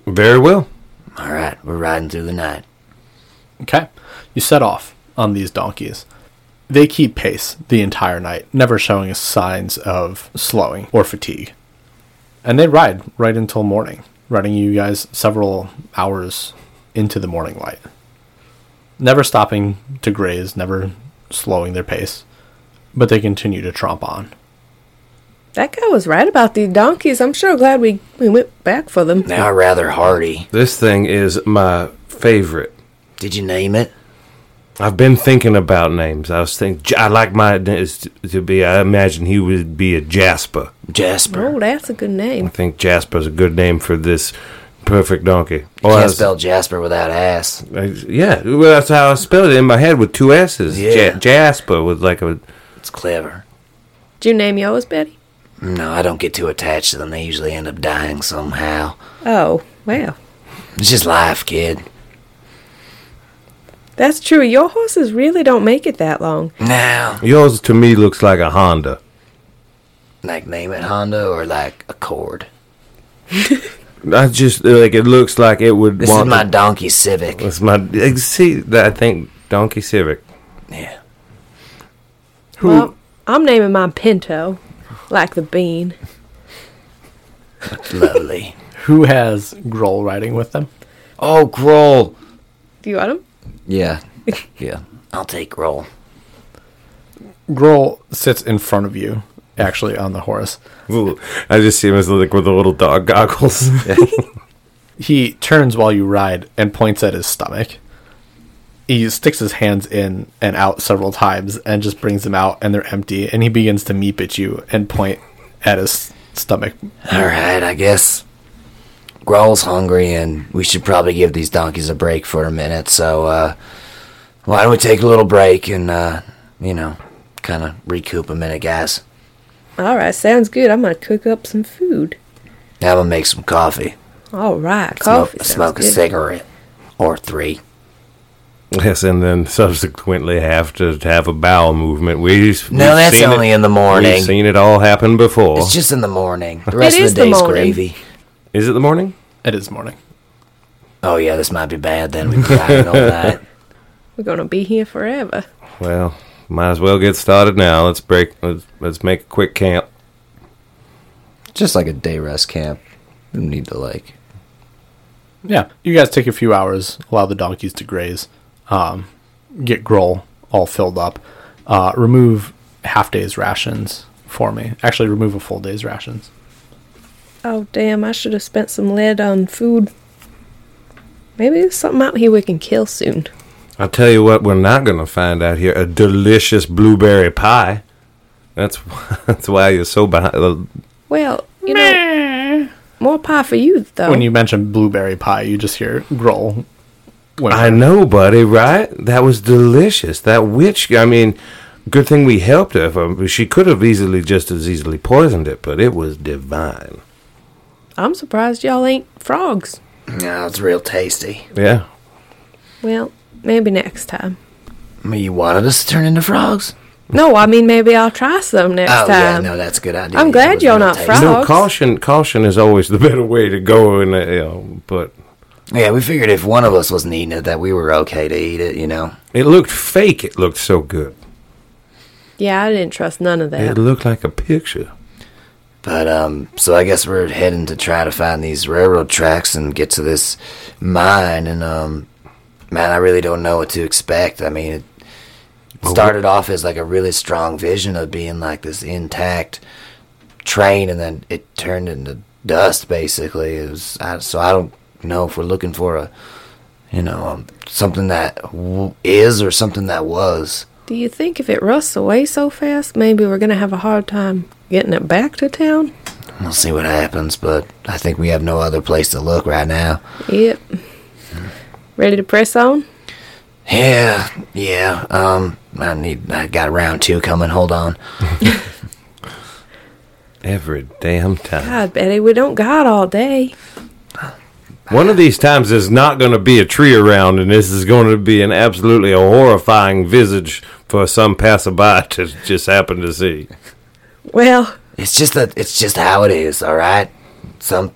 Speaker 2: Very well.
Speaker 5: All right, we're riding through the night.
Speaker 1: Okay. You set off on these donkeys. They keep pace the entire night, never showing signs of slowing or fatigue. And they ride right until morning, running you guys several hours into the morning light. Never stopping to graze, never slowing their pace, but they continue to tromp on.
Speaker 3: That guy was right about the donkeys. I'm sure glad we, we went back for them.
Speaker 5: They are rather hardy.
Speaker 2: This thing is my favorite.
Speaker 5: Did you name it?
Speaker 2: I've been thinking about names. I was thinking, I like my is to be, I imagine he would be a Jasper.
Speaker 5: Jasper.
Speaker 3: Oh, that's a good
Speaker 2: I
Speaker 3: name.
Speaker 2: think Jasper's a good name for this perfect donkey.
Speaker 5: You
Speaker 2: I
Speaker 5: can't
Speaker 2: was-
Speaker 5: spell Jasper without ass.
Speaker 2: I- yeah, well, that's how I spelled it in my head with two S's.
Speaker 5: Yeah.
Speaker 2: Ja- Jasper with like a.
Speaker 5: It's clever.
Speaker 3: Did you name yours, Betty?
Speaker 5: No, I don't get too attached to them. They usually end up dying somehow.
Speaker 3: Oh, wow.
Speaker 5: It's just life, kid.
Speaker 3: That's true. Your horses really don't make it that long.
Speaker 5: Now,
Speaker 2: Yours to me looks like a Honda.
Speaker 5: like name it Honda or like Accord.
Speaker 2: I just like it looks like it would
Speaker 5: This
Speaker 2: want.
Speaker 5: is my donkey Civic.
Speaker 2: It's my. eh, See, that I think Donkey Civic.
Speaker 5: Yeah.
Speaker 1: Who
Speaker 3: Well, I'm naming mine Pinto, like the bean.
Speaker 5: Lovely.
Speaker 1: who has Grohl riding with them?
Speaker 4: Oh, Grohl.
Speaker 3: Do you want him?
Speaker 4: Yeah. Yeah.
Speaker 5: I'll take roll.
Speaker 1: Grohl sits in front of you, actually on the horse.
Speaker 2: Ooh, I just see him as like with the little dog
Speaker 5: [laughs]
Speaker 2: goggles.
Speaker 1: He turns while you ride and points at his stomach. He sticks his hands in and out several times and just brings them out and they're empty and he begins to meep at you and point at his stomach.
Speaker 5: All right, I guess. Grohl's hungry, and we should probably give these donkeys a break for a minute. So, uh, why don't we take a little break and, uh, you know, kind of recoup a minute, guys?
Speaker 3: All right, sounds good. I'm going to cook up some food.
Speaker 5: Now I'm gonna make some coffee.
Speaker 3: All right, coffee.
Speaker 5: smoke
Speaker 3: sounds
Speaker 5: smoke a
Speaker 3: good.
Speaker 5: cigarette or three.
Speaker 2: yes, and then subsequently have to have a bowel movement. We
Speaker 5: No, that's only in the morning.
Speaker 2: We've seen it all happen before.
Speaker 5: It's just in the morning. The rest
Speaker 3: is
Speaker 5: of
Speaker 3: the
Speaker 5: the day's
Speaker 3: morning.
Speaker 5: gravy.
Speaker 2: is it the morning?
Speaker 1: It is morning.
Speaker 5: Oh yeah, this might be bad. Then we can ride it
Speaker 3: [laughs]
Speaker 5: all night.
Speaker 3: We're going to be here forever.
Speaker 2: Well, might as well get started now. Let's break. Let's, let's make a quick camp.
Speaker 4: Just like a day rest camp. You don't need to like
Speaker 1: Yeah, you guys take a few hours, allow the donkeys to graze, um, get Grohl all filled up, uh, remove half day's rations for me. Actually, remove a full day's rations.
Speaker 3: Oh, damn, I should have spent some lead on food. Maybe there's something out here we can kill soon.
Speaker 2: I'll tell you what, we're not going to find out here a delicious blueberry pie. That's [laughs] that's why you're so behind. uh,
Speaker 3: Well, you know, more pie for you, though.
Speaker 1: When you mention blueberry pie, you just hear Grohl. When
Speaker 2: I know, buddy, right? That was delicious. That witch, I mean, good thing we helped her. If- um, She could have easily, just as easily poisoned it, but it was divine.
Speaker 3: I'm surprised y'all ain't frogs.
Speaker 5: No, it's real tasty.
Speaker 2: Yeah.
Speaker 3: Well, maybe next time.
Speaker 5: I mean, you wanted us to turn into frogs?
Speaker 3: No, I mean, maybe I'll try some next
Speaker 5: oh, yeah,
Speaker 3: time.
Speaker 5: no, that's a good idea.
Speaker 3: I'm
Speaker 5: It
Speaker 3: glad
Speaker 5: was
Speaker 3: you're
Speaker 5: real
Speaker 3: not
Speaker 5: tasty.
Speaker 2: You know,
Speaker 3: Frogs?
Speaker 2: caution, caution is always the [laughs] better way to go. In a, you know, but
Speaker 5: Yeah, we figured if one of us wasn't eating it, that we were okay to eat it, you know?
Speaker 2: it looked fake. It looked so good.
Speaker 3: Yeah, I didn't trust none of that.
Speaker 2: It looked like a picture.
Speaker 5: But, um, so I guess we're heading to try to find these railroad tracks and get to this mine. And, um, man, I really don't know what to expect. I mean, it started off as like a really strong vision of being like this intact train, and then it turned into dust, basically. It was, I, so I don't know if we're looking for a, you know, um, something that w- is or something that was.
Speaker 3: Do you think if it rusts away so fast, maybe we're going to have a hard time getting it back to town?
Speaker 5: We'll see what happens, but I think we have no other place to look right now.
Speaker 3: Yep. Ready to press on?
Speaker 5: Yeah, yeah. Um, I need. I got round two coming. Hold on.
Speaker 2: Every damn time.
Speaker 3: God, Betty, we don't got all day.
Speaker 2: One of these times there's not going to be a tree around, and this is going to be an absolutely a horrifying visage for some passerby [laughs] to just happen to see.
Speaker 3: Well,
Speaker 5: It's just that. It's just how it is. All right. Some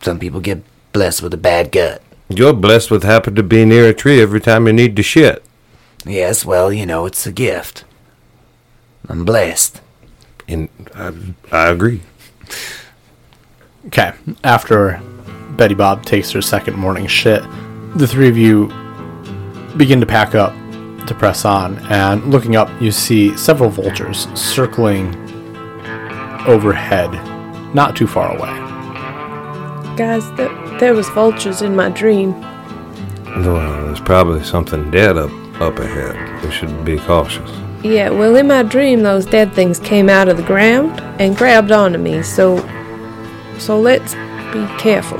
Speaker 5: some people get blessed with a bad gut.
Speaker 2: You're blessed with happen to be near a tree every time you need to shit.
Speaker 5: Yes. Well, you know, it's a gift. I'm blessed.
Speaker 2: And I, I agree.
Speaker 1: Okay. After Betty Bob takes her second morning shit, the three of you begin to pack up to press on. And looking up, you see several vultures circling overhead, not too far away.
Speaker 3: guys, th- there was vultures in my dream.
Speaker 2: Well, there's probably something dead up up ahead. We should be cautious.
Speaker 3: Yeah, well, in my dream, those dead things came out of the ground and grabbed onto me. So, so let's be careful.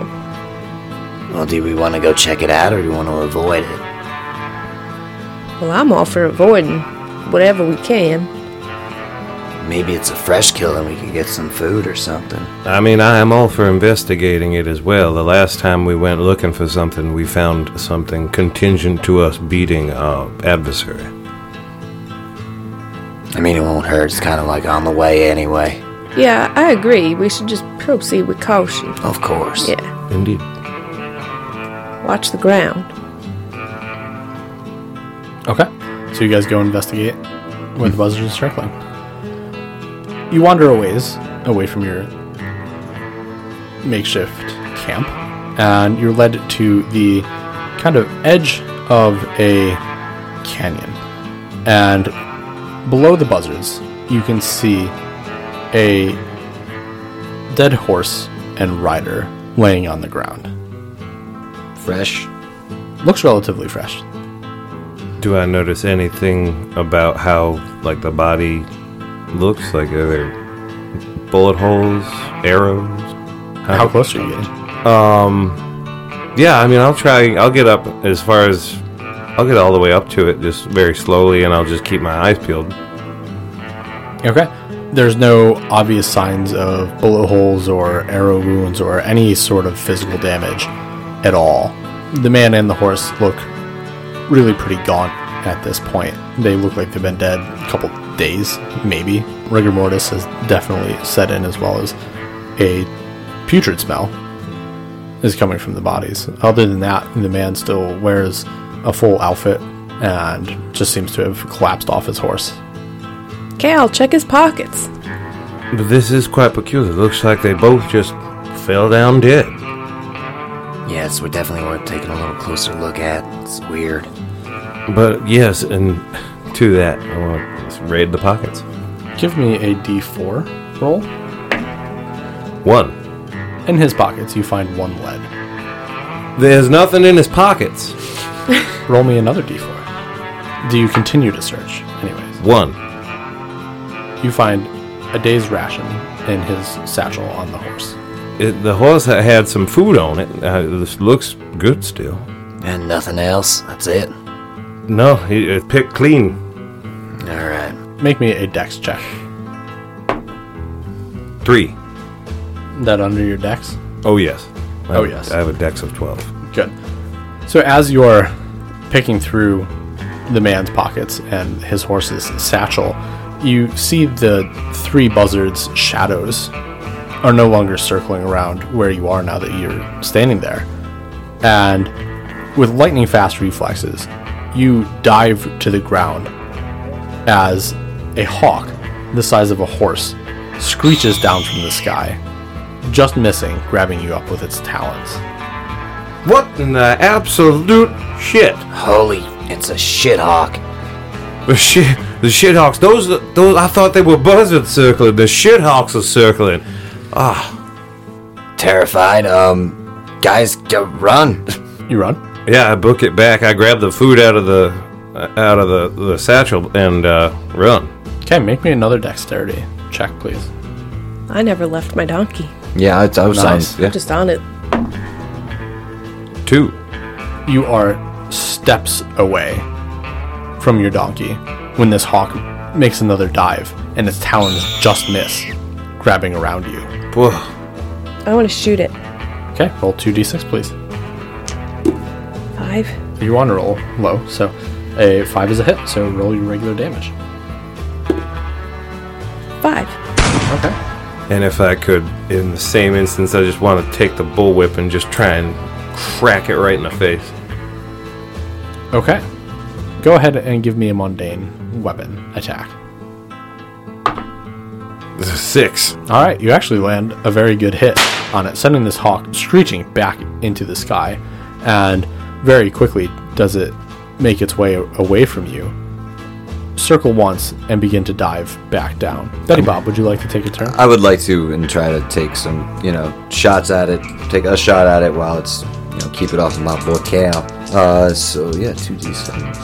Speaker 5: Well, do we want to go check it out, or do we want to avoid it?
Speaker 3: Well, I'm all for avoiding whatever we can.
Speaker 5: Maybe it's a fresh kill, and we could get some food or something.
Speaker 2: I mean, I am all for investigating it as well. The last time we went looking for something, we found something contingent to us beating our adversary.
Speaker 5: I mean, it won't hurt. It's kind of like on the way anyway.
Speaker 3: Yeah, I agree. We should just proceed with caution.
Speaker 5: Of course.
Speaker 3: Yeah,
Speaker 2: Indeed.
Speaker 3: watch the ground.
Speaker 1: Okay. Hmm. So you guys go investigate with the buzzards circling. You wander a ways away from your makeshift camp, and you're led to the kind of edge of a canyon. And below the buzzards, you can see a dead horse and rider laying on the ground.
Speaker 5: Fresh.
Speaker 1: Looks relatively fresh.
Speaker 2: Do I notice anything about how like the body looks? Like are there bullet holes, arrows?
Speaker 1: How close are you getting?
Speaker 2: Yeah, I mean, I'll try. I'll get up as far as I'll get all the way up to it, just very slowly, and I'll just keep my eyes peeled.
Speaker 1: Okay. There's no obvious signs of bullet holes or arrow wounds or any sort of physical damage at all. The man and the horse look really pretty gaunt at this point. They look like they've been dead a couple days, maybe. Rigor mortis has definitely set in, as well as a putrid smell is coming from the bodies. Other than that, the man still wears a full outfit and just seems to have collapsed off his horse.
Speaker 3: Cal, check his pockets.
Speaker 2: But this is quite peculiar. Looks like they both just fell down dead.
Speaker 5: Yeah, it's we're definitely worth taking a little closer look at. It's weird.
Speaker 2: But yes, and to that, I want to raid the pockets.
Speaker 1: Give me a d4 roll.
Speaker 2: One.
Speaker 1: In his pockets, you find one lead.
Speaker 2: There's nothing in his pockets.
Speaker 1: Roll me another d4. Do you continue to search? Anyways,
Speaker 2: One.
Speaker 1: you find a day's ration in his satchel on the horse.
Speaker 2: It, the horse ha- had some food on it. Uh, this looks good still.
Speaker 5: And nothing else. That's it. All
Speaker 2: No, it, it picked clean.
Speaker 5: right.
Speaker 1: Make me a dex check.
Speaker 2: Three.
Speaker 1: That under your dex?
Speaker 2: Oh, yes. I
Speaker 1: Oh,
Speaker 2: have-
Speaker 1: yes.
Speaker 2: I have a dex of 12.
Speaker 1: Good. So as you're picking through the man's pockets and his horse's satchel, you see the three buzzards' shadows are no longer circling around where you are now that you're standing there. And with lightning fast reflexes, you dive to the ground as a hawk the size of a horse screeches down from the sky, just missing grabbing you up with its talons.
Speaker 2: What in the absolute shit?
Speaker 5: Holy, it's a shit hawk.
Speaker 2: The shit, the shithawks. Those, those. I thought they were buzzards circling. The shithawks are circling.
Speaker 5: Terrified. Um, guys, go run. [laughs]
Speaker 1: You run?
Speaker 2: Yeah, I book it back. I grab the food out of the, uh, out of the, the satchel and uh, run.
Speaker 1: Okay, make me another dexterity check, please.
Speaker 3: I never left my donkey.
Speaker 4: Yeah, I, I was
Speaker 1: Nice.
Speaker 4: on. Yeah.
Speaker 3: Just on it.
Speaker 2: Two.
Speaker 1: You are steps away from your donkey when this hawk makes another dive and its talons just miss, grabbing around you.
Speaker 2: Whoa.
Speaker 3: I want to shoot it.
Speaker 1: Okay, roll 2d6, please.
Speaker 3: Five.
Speaker 1: You want to roll low, so a 5 is a hit, so roll your regular damage.
Speaker 3: Five.
Speaker 1: Okay.
Speaker 2: And if I could, in the same instance, I just want to take the bullwhip and just try and crack it right in the face.
Speaker 1: Okay. Go ahead and give me a mundane weapon attack.
Speaker 2: This is six.
Speaker 1: All right, you actually land a very good hit on it, sending this hawk screeching back into the sky, and very quickly does it make its way a- away from you. Circle once and begin to dive back down. Betty Bob, would you like to take a turn?
Speaker 4: I would like to and try to take some, you know, shots at it. Take a shot at it while it's, you know, keep it off of my boy Cal. Uh, so yeah, two D sevens.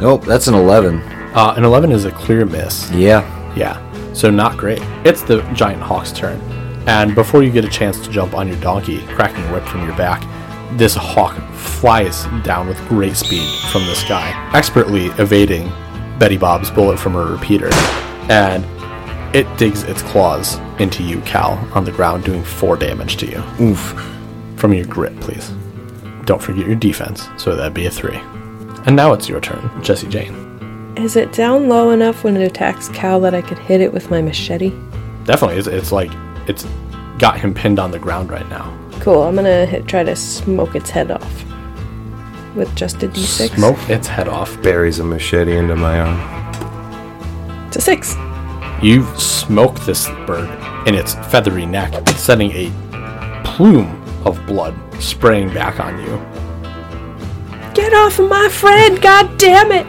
Speaker 4: Nope, that's an eleven.
Speaker 1: Uh, an 11 is a clear miss.
Speaker 4: Yeah.
Speaker 1: Yeah, so not great. It's the giant hawk's turn, and before you get a chance to jump on your donkey, cracking a whip from your back, this hawk flies down with great speed from the sky, expertly evading Betty Bob's bullet from her repeater, and it digs its claws into you, Cal, on the ground, doing four damage to you.
Speaker 4: Oof.
Speaker 1: From your grip, please. Don't forget your defense, so that'd be a three. And now it's your turn, Jesse Jane.
Speaker 3: Is it down low enough when it attacks Cal that I could hit it with my machete?
Speaker 1: Definitely, it's, it's like it's got him pinned on the ground right now.
Speaker 3: Cool. I'm gonna hit, try to smoke its head off with just a d6.
Speaker 1: Smoke its head off.
Speaker 2: Buries a machete into my arm.
Speaker 3: It's a six.
Speaker 1: You smoke this bird in its feathery neck, setting a plume of blood spraying back on you.
Speaker 3: Get off of my friend! God damn it!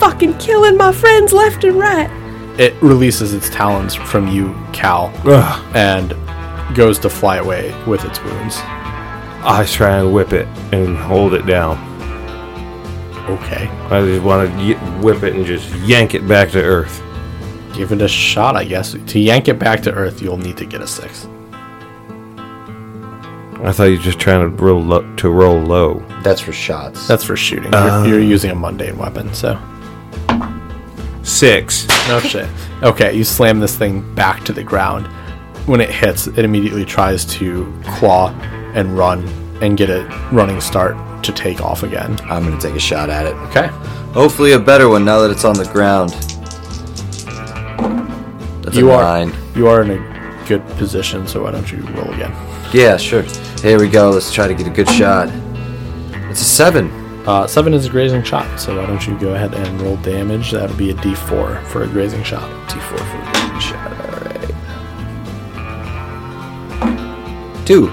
Speaker 3: Fucking killing my friends left and right.
Speaker 1: It releases its talons from you, Cal,
Speaker 2: Ugh.
Speaker 1: and goes to fly away with its wounds.
Speaker 2: I try and whip it and hold it down.
Speaker 1: Okay.
Speaker 2: I just want to y- whip it and just yank it back to earth.
Speaker 1: Give it a shot, I guess. To yank it back to Earth, you'll need to get a six.
Speaker 2: I thought you were just trying to roll lo- to roll low.
Speaker 4: That's for shots.
Speaker 1: That's for shooting. you're, you're using a mundane weapon, so.
Speaker 2: Six.
Speaker 1: No shit. Okay, you slam this thing back to the ground. When it hits, it immediately tries to claw and run and get a running start to take off again.
Speaker 4: I'm gonna take a shot at it.
Speaker 1: Okay.
Speaker 4: Hopefully a better one now that it's on the ground. That's
Speaker 1: You
Speaker 4: a
Speaker 1: are
Speaker 4: nine.
Speaker 1: you are in a good position, so why don't you roll again?
Speaker 4: Yeah, sure. Here we go. Let's try to get a good shot. It's a seven.
Speaker 1: Uh, seven is a grazing shot, so why don't you go ahead and roll damage? That'll be a D4 for a grazing shot.
Speaker 4: D4 for a good shot. All right. Two.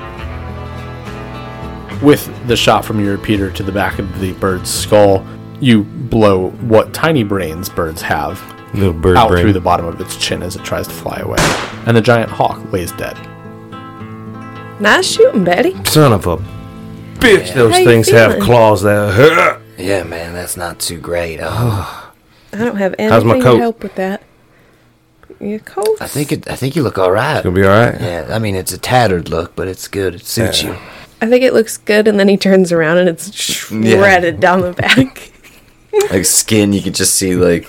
Speaker 1: With the shot from your repeater to the back of the bird's skull, you blow what tiny brains birds have
Speaker 2: Little bird
Speaker 1: out
Speaker 2: brain.
Speaker 1: through the bottom of its chin as it tries to fly away, and the giant hawk lays dead.
Speaker 3: Nice shooting, Betty.
Speaker 2: Son of a bitch! Those
Speaker 3: How you
Speaker 2: things have
Speaker 3: feeling?
Speaker 2: claws. That
Speaker 5: Yeah, man, that's not too great. Oh,
Speaker 3: I don't have
Speaker 2: How's my
Speaker 3: anything to
Speaker 2: coat?
Speaker 3: help with that. Your coat?
Speaker 5: I think it. I think you look all right.
Speaker 2: you'll be all right.
Speaker 5: Yeah, I mean it's a tattered look, but it's good. It suits you.
Speaker 3: I think it looks good, and then he turns around and it's shredded down the
Speaker 5: [laughs]
Speaker 3: back.
Speaker 4: Like skin, you could just see like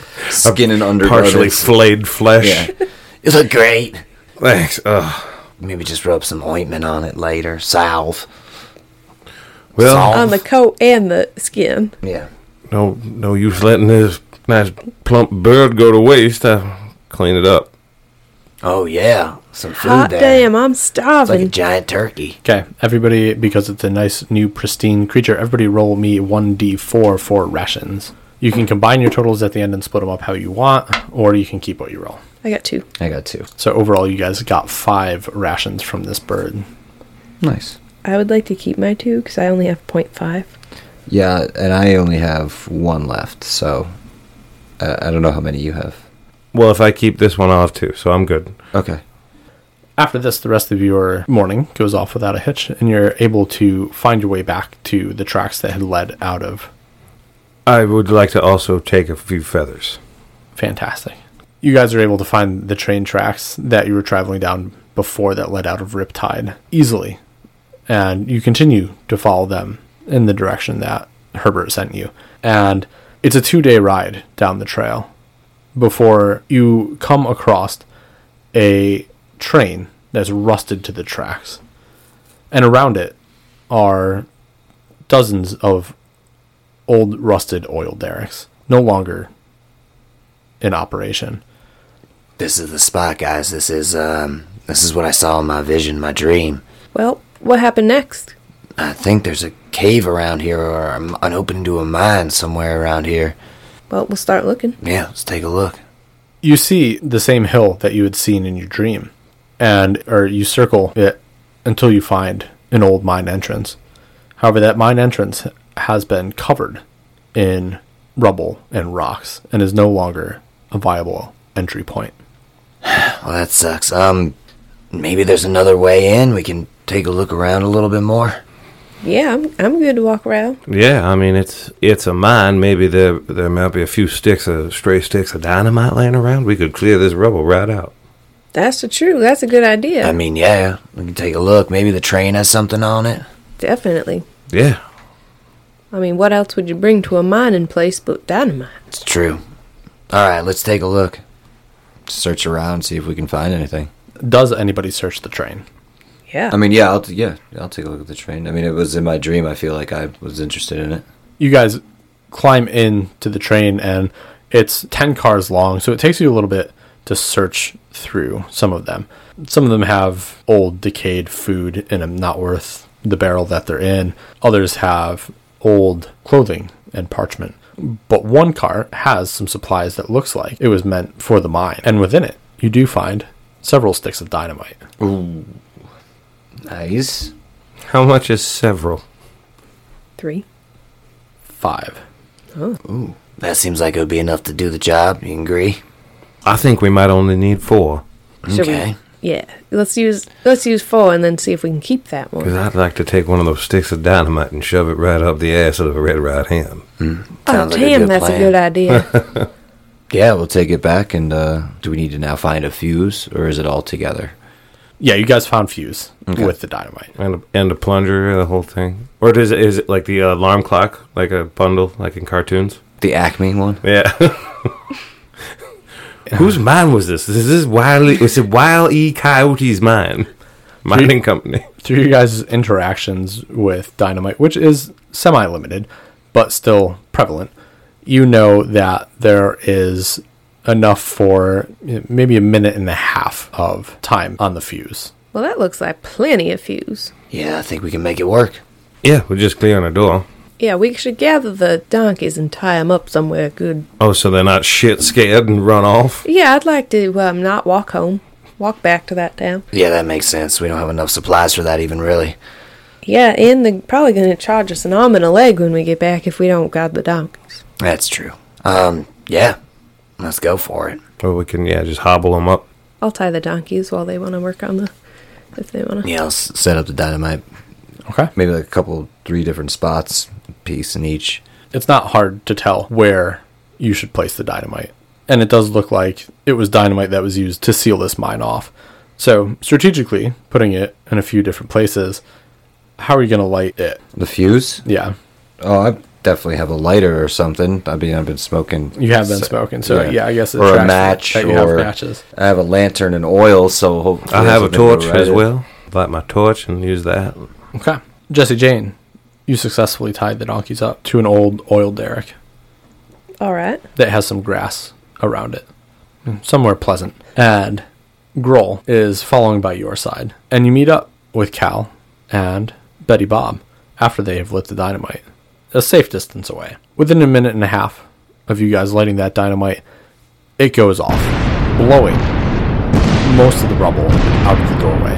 Speaker 4: [laughs] skin and under
Speaker 2: Partially flayed flesh.
Speaker 4: Yeah.
Speaker 5: You look great.
Speaker 2: Thanks. Ugh.
Speaker 5: Maybe just rub some ointment on it later. Salve.
Speaker 2: Well,
Speaker 3: On the coat and the skin.
Speaker 5: Yeah.
Speaker 2: no, no use letting this nice plump bird go to waste. I clean it up.
Speaker 5: Oh yeah, some food
Speaker 3: Hot
Speaker 5: there.
Speaker 3: damn, I'm
Speaker 5: It's like a
Speaker 3: starving.
Speaker 5: giant turkey.
Speaker 1: Okay, everybody, because it's a nice, new, pristine creature, everybody roll me 1d4 for rations. You can combine your totals at the end and split them up how you want, or you can keep what you roll.
Speaker 3: I got two.
Speaker 4: I got two.
Speaker 1: So overall, you guys got five rations from this bird.
Speaker 4: Nice.
Speaker 3: I would like to keep my two because I only have 0.5.
Speaker 4: Yeah, and I only have one left, so I, I don't know how many you have.
Speaker 2: Well, if I keep this one off too, so I'm good.
Speaker 4: Okay.
Speaker 1: After this, the rest of your morning goes off without a hitch, and you're able to find your way back to the tracks that had led out of
Speaker 2: I would like to also take a few feathers.
Speaker 1: Fantastic. You guys are able to find the train tracks that you were traveling down before that led out of Riptide easily. And you continue to follow them in the direction that Herbert sent you. And it's a two day ride down the trail before you come across a train that's rusted to the tracks. And around it are dozens of old rusted oil derricks, no longer in operation.
Speaker 5: This is the spot, guys. This is um this is what I saw in my vision, my dream.
Speaker 3: Well, what happened next?
Speaker 5: I think there's a cave around here or I'm an open to a mine somewhere around here.
Speaker 3: Well, we'll start looking.
Speaker 5: Yeah, let's take a look.
Speaker 1: You see the same hill that you had seen in your dream, and or you circle it until you find an old mine entrance. However, that mine entrance has been covered in rubble and rocks and is no longer a viable entry point.
Speaker 5: Well, that sucks. Um maybe there's another way in. We can take a look around a little bit more.
Speaker 3: Yeah, I'm, I'm good to walk around.
Speaker 2: Yeah, I mean it's it's a mine. Maybe there there might be a few sticks, of stray sticks of dynamite laying around. We could clear this rubble right out.
Speaker 3: That's the truth. That's a good idea.
Speaker 5: I mean, yeah, we can take a look. Maybe the train has something on it.
Speaker 3: Definitely.
Speaker 2: Yeah,
Speaker 3: I mean, what else would you bring to a mining place but dynamite?
Speaker 5: It's true. All right, let's take a look.
Speaker 4: Search around, see if we can find anything.
Speaker 1: Does anybody search the train?
Speaker 3: Yeah.
Speaker 4: I mean, yeah, I'll t- yeah, I'll take a look at the train. I mean, it was in my dream. I feel like I was interested in it.
Speaker 1: you guys climb in to the train and it's 10 cars long so it takes you a little bit to search through some of them some of them have old decayed food in them not worth the barrel that they're in others have old clothing and parchment but one car has some supplies that looks like it was meant for the mine and within it you do find several sticks of dynamite
Speaker 4: Nice.
Speaker 2: how much is several?
Speaker 3: Three.
Speaker 1: five
Speaker 5: That seems like it would be enough to do the job. You agree?
Speaker 2: I think we might only need four
Speaker 3: Should we-
Speaker 5: Okay.
Speaker 3: Yeah. Let's use let's use four and then see if we can keep that
Speaker 2: because
Speaker 3: one.
Speaker 2: I'd like to take one of those sticks of dynamite and shove it right up the ass of the red right hand.
Speaker 3: Oh
Speaker 5: Sounds like a
Speaker 3: damn,
Speaker 5: good
Speaker 3: that's a
Speaker 5: plan.
Speaker 3: good
Speaker 5: [laughs]
Speaker 3: idea.
Speaker 4: Yeah, we'll take it back. And uh, do we need to now find a fuse, or is it all together?
Speaker 1: yeah you guys found fuse with the dynamite
Speaker 2: And a, and a plunger, the whole thing. Or does it, is it like the uh, alarm clock, like a bundle, like in cartoons?
Speaker 4: The Acme one.
Speaker 2: Yeah. [laughs] Whose mine was this? This is Wiley. It's a Wile E. Coyote's mine, mining company.
Speaker 1: through your guys' interactions with dynamite, which is semi limited, but still prevalent, you know that there is enough for eh, maybe a minute and a half of time on the fuse.
Speaker 3: well, that looks like plenty of fuse.
Speaker 5: Yeah, I think we can make it work.
Speaker 2: Yeah, we're just clearing a door.
Speaker 3: Yeah, we should gather the donkeys and tie them up somewhere good.
Speaker 2: Oh, so they're not shit scared and run off.
Speaker 3: Yeah, I'd like to um, not walk home. walk back to that town.
Speaker 5: Yeah, that makes sense. We don't have enough supplies for that, even really.
Speaker 3: Yeah, and they're probably going to charge us an arm and a leg when we get back if we don't guard the donkeys.
Speaker 5: That's true. Um, yeah, let's go for it.
Speaker 2: Or we can, yeah, just hobble them up.
Speaker 3: I'll tie the donkeys while they want to work on the. If they want to.
Speaker 5: Yeah, let's set up the dynamite.
Speaker 1: Okay.
Speaker 4: Maybe like a couple, three different spots, a piece in each.
Speaker 1: It's not hard to tell where you should place the dynamite. And it does look like it was dynamite that was used to seal this mine off. So, strategically, putting it in a few different places, how are you going to light it?
Speaker 4: The fuse?
Speaker 1: Yeah.
Speaker 4: Oh, I definitely have a lighter or something. I mean, I've been smoking.
Speaker 1: You have been smoking, so yeah, I guess it
Speaker 4: or a
Speaker 1: tracks
Speaker 4: match
Speaker 1: that you have
Speaker 4: or
Speaker 1: matches.
Speaker 4: I have a lantern and oil, so hopefully
Speaker 2: I have a
Speaker 4: something to
Speaker 2: torch
Speaker 4: light
Speaker 2: as
Speaker 4: it.
Speaker 2: well. Light my torch and use that.
Speaker 1: Okay. Jesse Jane, you successfully tied the donkeys up to an old oil derrick
Speaker 3: All right.
Speaker 1: that has some grass around it, somewhere pleasant. And Grohl is following by your side. And you meet up with Cal and Betty Bob after they have lit the dynamite, a safe distance away. Within a minute and a half of you guys lighting that dynamite, it goes off, blowing most of the rubble out of the doorway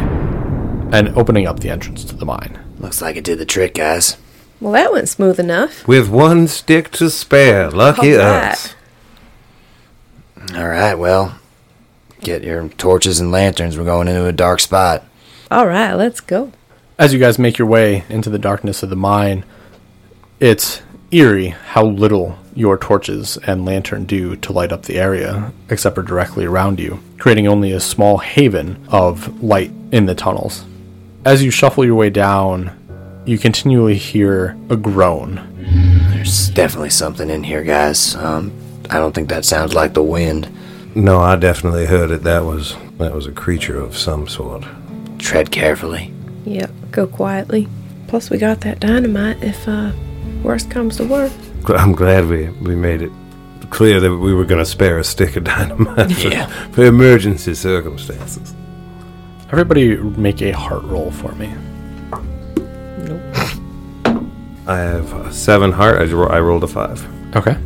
Speaker 1: and opening up the entrance to the mine.
Speaker 5: Looks like it did the trick, guys.
Speaker 3: Well, that went smooth enough.
Speaker 2: With one stick to spare. Lucky
Speaker 3: All right.
Speaker 2: us.
Speaker 5: All right, well, get your torches and lanterns. We're going into a dark spot.
Speaker 3: All right, let's go.
Speaker 1: as you guys make your way into the darkness of the mine, it's eerie how little your torches and lantern do to light up the area, except for directly around you, creating only a small haven of light in the tunnels. As you shuffle your way down, you continually hear a groan.
Speaker 5: There's definitely something in here, guys. Um, I don't think that sounds like the wind.
Speaker 2: No, I definitely heard it. That was that was a creature of some sort.
Speaker 5: Tread carefully.
Speaker 3: Yep, go quietly. Plus, we got that dynamite if uh, worst comes to worst.
Speaker 2: Gl- I'm glad we we made it clear that we were going to spare a stick of [laughs] dynamite for,
Speaker 5: Yeah.
Speaker 2: for emergency circumstances.
Speaker 1: Everybody make a heart roll for me.
Speaker 2: I have a seven heart. I, ro- I rolled a five.
Speaker 1: Okay.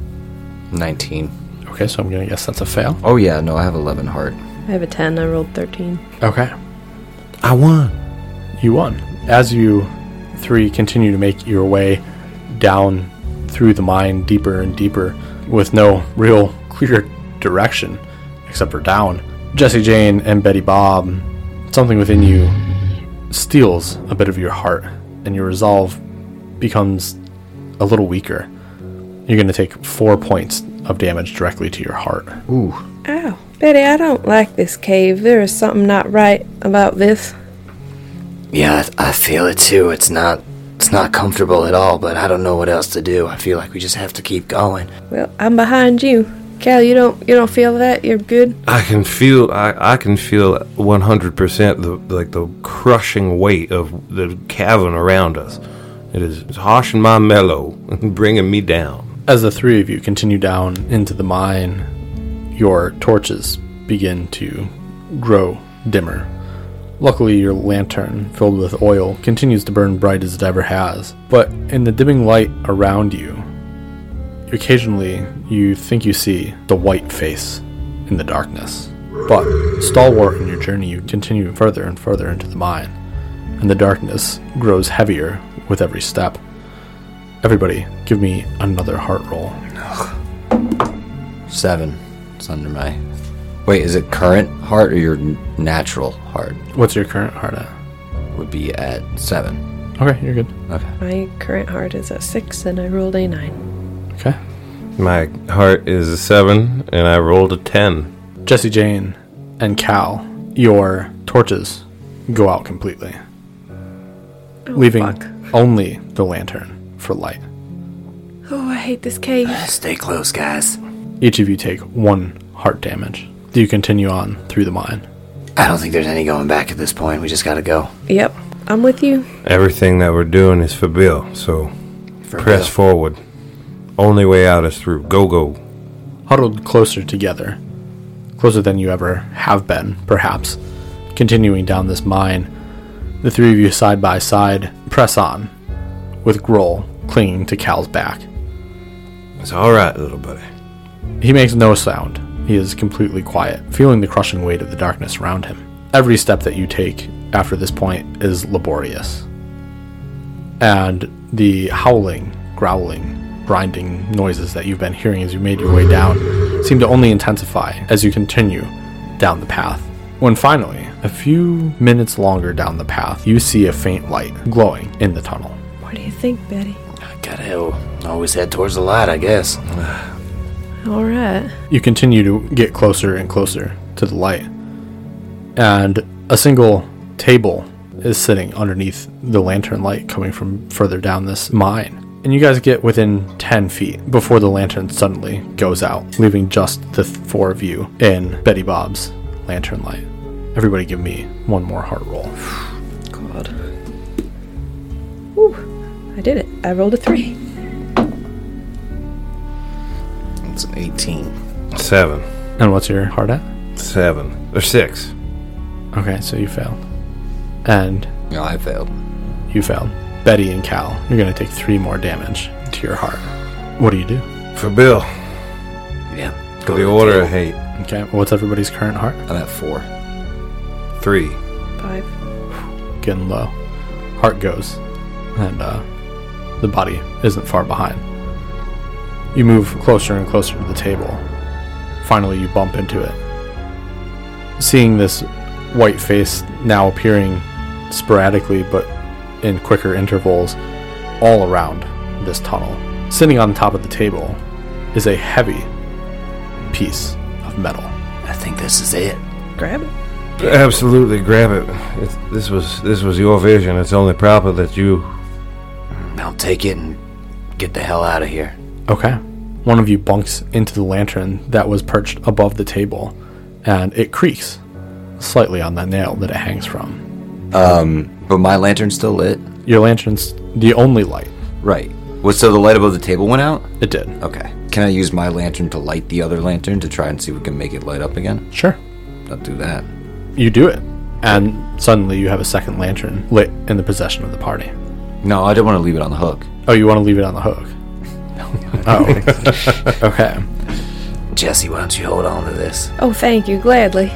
Speaker 4: 19.
Speaker 1: Okay, so I'm going to guess that's a fail.
Speaker 4: Oh, yeah, no, I have 11 heart.
Speaker 3: I have a 10, I rolled 13.
Speaker 1: Okay.
Speaker 2: I won.
Speaker 1: you won. As you three continue to make your way down through the mine deeper and deeper with no real clear direction except for down, Jesse Jane and Betty Bob, something within you steals a bit of your heart and your resolve becomes a little weaker. You're going to take four points of damage directly to your heart.
Speaker 3: Ow. Betty, I don't like this cave. There is something not right about this.
Speaker 5: Yeah, I I feel it too. It's not, it's not comfortable at all. But I don't know what else to do. I feel like we just have to keep going.
Speaker 3: Well, I'm behind you. Cal, you don't you don't feel that? You're good?
Speaker 2: I can feel. I, I can feel 100 percent the like the crushing weight of the cavern around us. It is it's harshing my mellow [laughs] and bringing me down.
Speaker 1: As the three of you continue down into the mine, your torches begin to grow dimmer. Luckily, your lantern, filled with oil, continues to burn bright as it ever has. But in the dimming light around you, occasionally you think you see the white face in the darkness. But stalwart in your journey, you continue further and further into the mine, and the darkness grows heavier with every step. Everybody, give me another heart roll.
Speaker 4: Seven. It's under my. Wait, is it current heart or your n- natural heart?
Speaker 1: What's your current heart at?
Speaker 4: Would be at seven.
Speaker 1: Okay, you're good.
Speaker 3: My current heart is at 6 and I rolled a 9.
Speaker 1: Okay.
Speaker 2: My heart is a seven, and I rolled a ten.
Speaker 1: Jesse Jane and Cal, your torches go out completely, leaving
Speaker 3: fuck.
Speaker 1: only the lantern for light.
Speaker 3: Oh, I hate this cave.
Speaker 5: Stay close, guys.
Speaker 1: Each of you take one heart damage. Do you continue on through the mine?
Speaker 5: I don't think there's any going back at this point. We just gotta go.
Speaker 3: Yep, I'm with you.
Speaker 2: Everything that we're doing is for Bill, so
Speaker 5: For
Speaker 2: press
Speaker 5: real.
Speaker 2: forward. Only way out is through. Go go.
Speaker 1: Huddled closer together, closer than you ever have been, perhaps, continuing down this mine, the three of you side by side press on, with Grohl clinging to Cal's back.
Speaker 2: It's all right, little buddy.
Speaker 1: He makes no sound. He is completely quiet, feeling the crushing weight of the darkness around him. every step that you take after this point is laborious. And the howling, growling, grinding noises that you've been hearing as you made your way down seem to only intensify as you continue down the path. When finally, a few minutes longer down the path, you see a faint light glowing in the tunnel.
Speaker 3: What do you think, Betty?
Speaker 5: Gotta hell, always head towards the light, I guess.
Speaker 3: All right.
Speaker 1: you continue to get closer and closer to the light. And a single table is sitting underneath the lantern light coming from further down this mine. And you guys get within 10 feet before the lantern suddenly goes out, leaving just the th- four of you in Betty Bob's lantern light. Everybody give me one more heart roll.
Speaker 3: God. Whew. I did it. I rolled a three.
Speaker 5: It's an 18.
Speaker 2: Seven.
Speaker 1: And what's your heart at?
Speaker 2: Seven. Or six.
Speaker 1: Okay, so you failed. And
Speaker 4: No, I failed.
Speaker 1: you failed. Betty and Cal, you're going to take three more damage to your heart. What do you do?
Speaker 2: For Bill.
Speaker 5: Yeah.
Speaker 2: The order of hate.
Speaker 1: Okay, what's everybody's current heart?
Speaker 4: I'm at four.
Speaker 2: Three.
Speaker 3: Five.
Speaker 1: Getting low. Heart goes, and uh, the body isn't far behind. You move closer and closer to the table. Finally, you bump into it. Seeing this white face now appearing sporadically but in quicker intervals all around this tunnel, sitting on top of the table is a heavy piece of metal.
Speaker 5: I think this is it.
Speaker 3: Grab it.
Speaker 2: Absolutely grab it. It's, this was this was your vision. It's only proper that you
Speaker 5: I'll take it and get the hell out of here.
Speaker 1: Okay. One of you bunks into the lantern that was perched above the table, and it creaks slightly on the nail that it hangs from.
Speaker 4: But my lantern's still lit.
Speaker 1: Your lantern's the only light.
Speaker 4: Right. What? So the light above the table went out.
Speaker 1: It did.
Speaker 4: Okay. Can I use my lantern to light the other lantern to try and see if we can make it light up again?
Speaker 1: Sure.
Speaker 4: I'll do that.
Speaker 1: You do it. And suddenly you have a second lantern lit in the possession of the party.
Speaker 4: No, I don't want to leave it on the hook.
Speaker 1: Oh, you want to leave it on the hook? Oh. okay.
Speaker 5: Jesse, why don't you hold on to this?
Speaker 3: Oh, thank you. Gladly.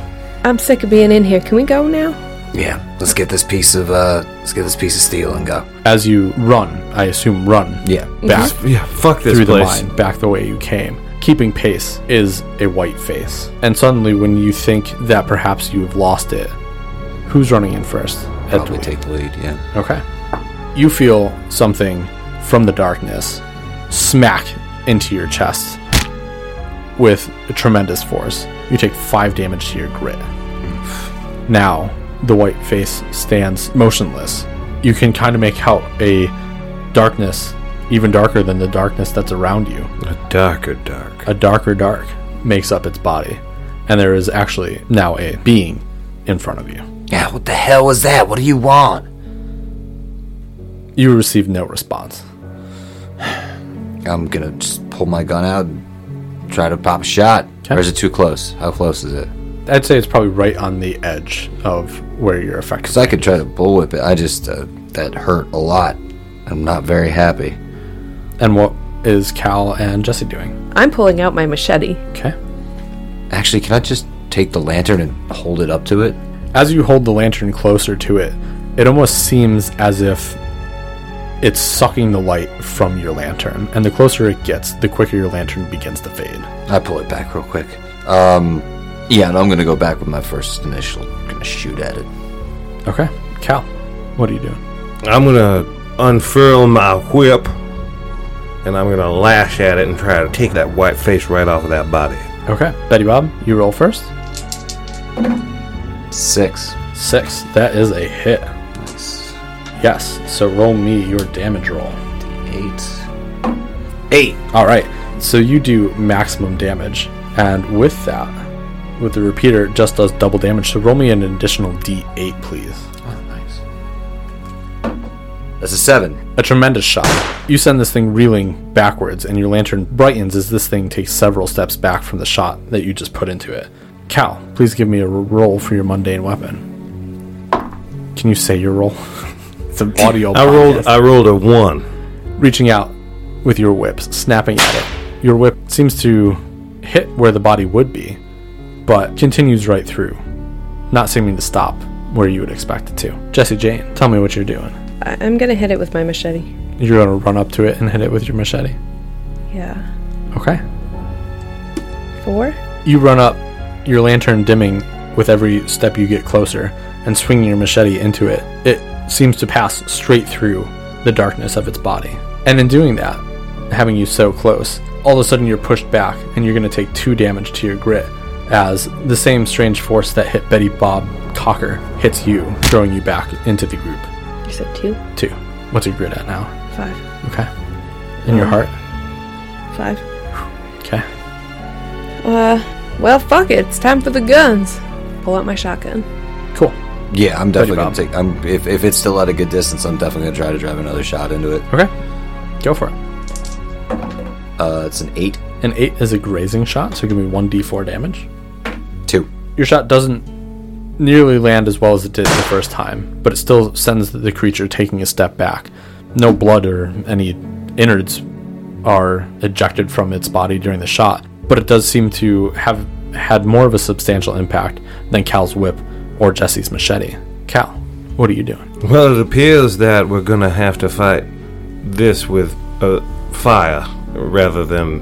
Speaker 3: I'm sick of being in here. Can we go now?
Speaker 5: Yeah, let's get this piece of uh, let's get this piece of steel and go.
Speaker 1: As you run, I assume run
Speaker 4: Yeah.
Speaker 1: back
Speaker 2: Yeah, fuck this
Speaker 1: through the
Speaker 2: place.
Speaker 1: mine back the way you came. Keeping pace is a white face. And suddenly, when you think that perhaps you have lost it, who's running in first?
Speaker 4: Probably
Speaker 1: Edward.
Speaker 4: take the lead. Yeah.
Speaker 1: Okay. You feel something from the darkness smack into your chest with tremendous force. You take five damage to your grit. Now, the white face stands motionless. You can kind of make out a darkness, even darker than the darkness that's around you
Speaker 2: A darker dark.
Speaker 1: a darker dark makes up its body, and there is actually now a being in front of you.
Speaker 5: Yeah, what the hell was that? What do you want?
Speaker 1: You receive no response.
Speaker 4: I'm gonna just pull my gun out and try to pop a shot. Or is it too close? How close is it?
Speaker 1: I'd say it's probably right on the edge of where you're affected.
Speaker 4: Because I could try to bullwhip it. I just uh, that hurt a lot. I'm not very happy.
Speaker 1: And what is Cal and Jesse doing?
Speaker 3: I'm pulling out my machete.
Speaker 1: Okay.
Speaker 4: Actually, can I just take the lantern and hold it up to it?
Speaker 1: As you hold the lantern closer to it, it almost seems as if it's sucking the light from your lantern. And the closer it gets, the quicker your lantern begins to fade.
Speaker 4: I pull it back real quick. Um, yeah, and I'm gonna go back with my first initial. Gonna shoot at it.
Speaker 1: Okay. Cal, what are you doing?
Speaker 2: I'm gonna unfurl my whip and I'm gonna lash at it and try to take that white face right off of that body.
Speaker 1: Okay. Betty Bob, you roll first.
Speaker 4: Six.
Speaker 1: Six. That is a hit. Yes. So roll me your damage roll.
Speaker 4: Eight.
Speaker 1: All right. So you do maximum damage, and with that, with the repeater, it just does double damage. So roll me an additional D8, please.
Speaker 4: Oh, nice. That's a seven.
Speaker 1: A tremendous shot. You send this thing reeling backwards, and your lantern brightens as this thing takes several steps back from the shot that you just put into it. Cal, please give me a r- roll for your mundane weapon. Can you say your roll? [laughs] it's an audio.
Speaker 2: I
Speaker 1: podcast.
Speaker 2: rolled uh, I rolled a one.
Speaker 1: reaching out with your whip, snapping at it. Your whip seems to hit where the body would be, but continues right through, not seeming to stop where you would expect it to. Jesse Jane, tell me what you're doing.
Speaker 3: I- I'm gonna hit it with my machete.
Speaker 1: You're gonna run up to it and hit it with your machete.
Speaker 3: Yeah.
Speaker 1: Okay.
Speaker 3: Four?
Speaker 1: You run up, your lantern dimming with every step you get closer, and swinging your machete into it. It seems to pass straight through the darkness of its body. And in doing that, having you so close, all of a sudden you're pushed back, and you're going to take two damage to your grit as the same strange force that hit Betty Bob Cocker hits you, throwing you back into the group.
Speaker 3: You said two?
Speaker 1: Two. What's your grit at now?
Speaker 3: Five.
Speaker 1: Okay. In your heart?
Speaker 3: Five.
Speaker 1: Okay.
Speaker 3: Uh, well, fuck it. It's time for the guns. Pull out my shotgun.
Speaker 1: Cool.
Speaker 4: Yeah, I'm definitely
Speaker 1: Bob.
Speaker 4: gonna take. I'm if, if it's still at a good distance, I'm definitely gonna try to drive another shot into it.
Speaker 1: Okay. Go for it.
Speaker 4: Uh, it's an eight,
Speaker 1: An 8 is a grazing shot, so give me 1d4 damage.
Speaker 4: two.
Speaker 1: Your shot doesn't nearly land as well as it did the first time, but it still sends the creature taking a step back. No blood or any innards are ejected from its body during the shot, but it does seem to have had more of a substantial impact than Cal's whip or Jesse's machete. Cal, what are you doing?
Speaker 2: Well, it appears that we're gonna have to fight this with uh, fire rather than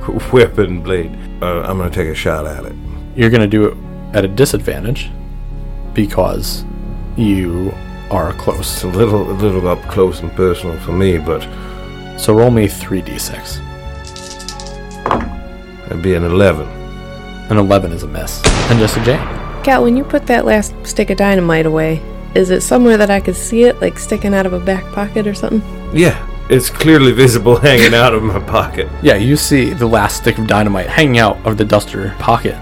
Speaker 2: [laughs] whip and blade. Uh, I'm gonna take a shot at it.
Speaker 1: You're going to do it at a disadvantage because you are close.
Speaker 2: It's a little, a little up close and personal for me, but
Speaker 1: So roll me 3d6.
Speaker 2: it'd be an 11.
Speaker 1: An 11 is a miss. And Jesse Jane.
Speaker 3: Cat, when you put that last stick of dynamite away, is it somewhere that I could see it, like sticking out of a back pocket or something?
Speaker 2: Yeah, it's clearly visible [laughs] hanging out of my pocket.
Speaker 1: Yeah, you see the last stick of dynamite hanging out of the duster pocket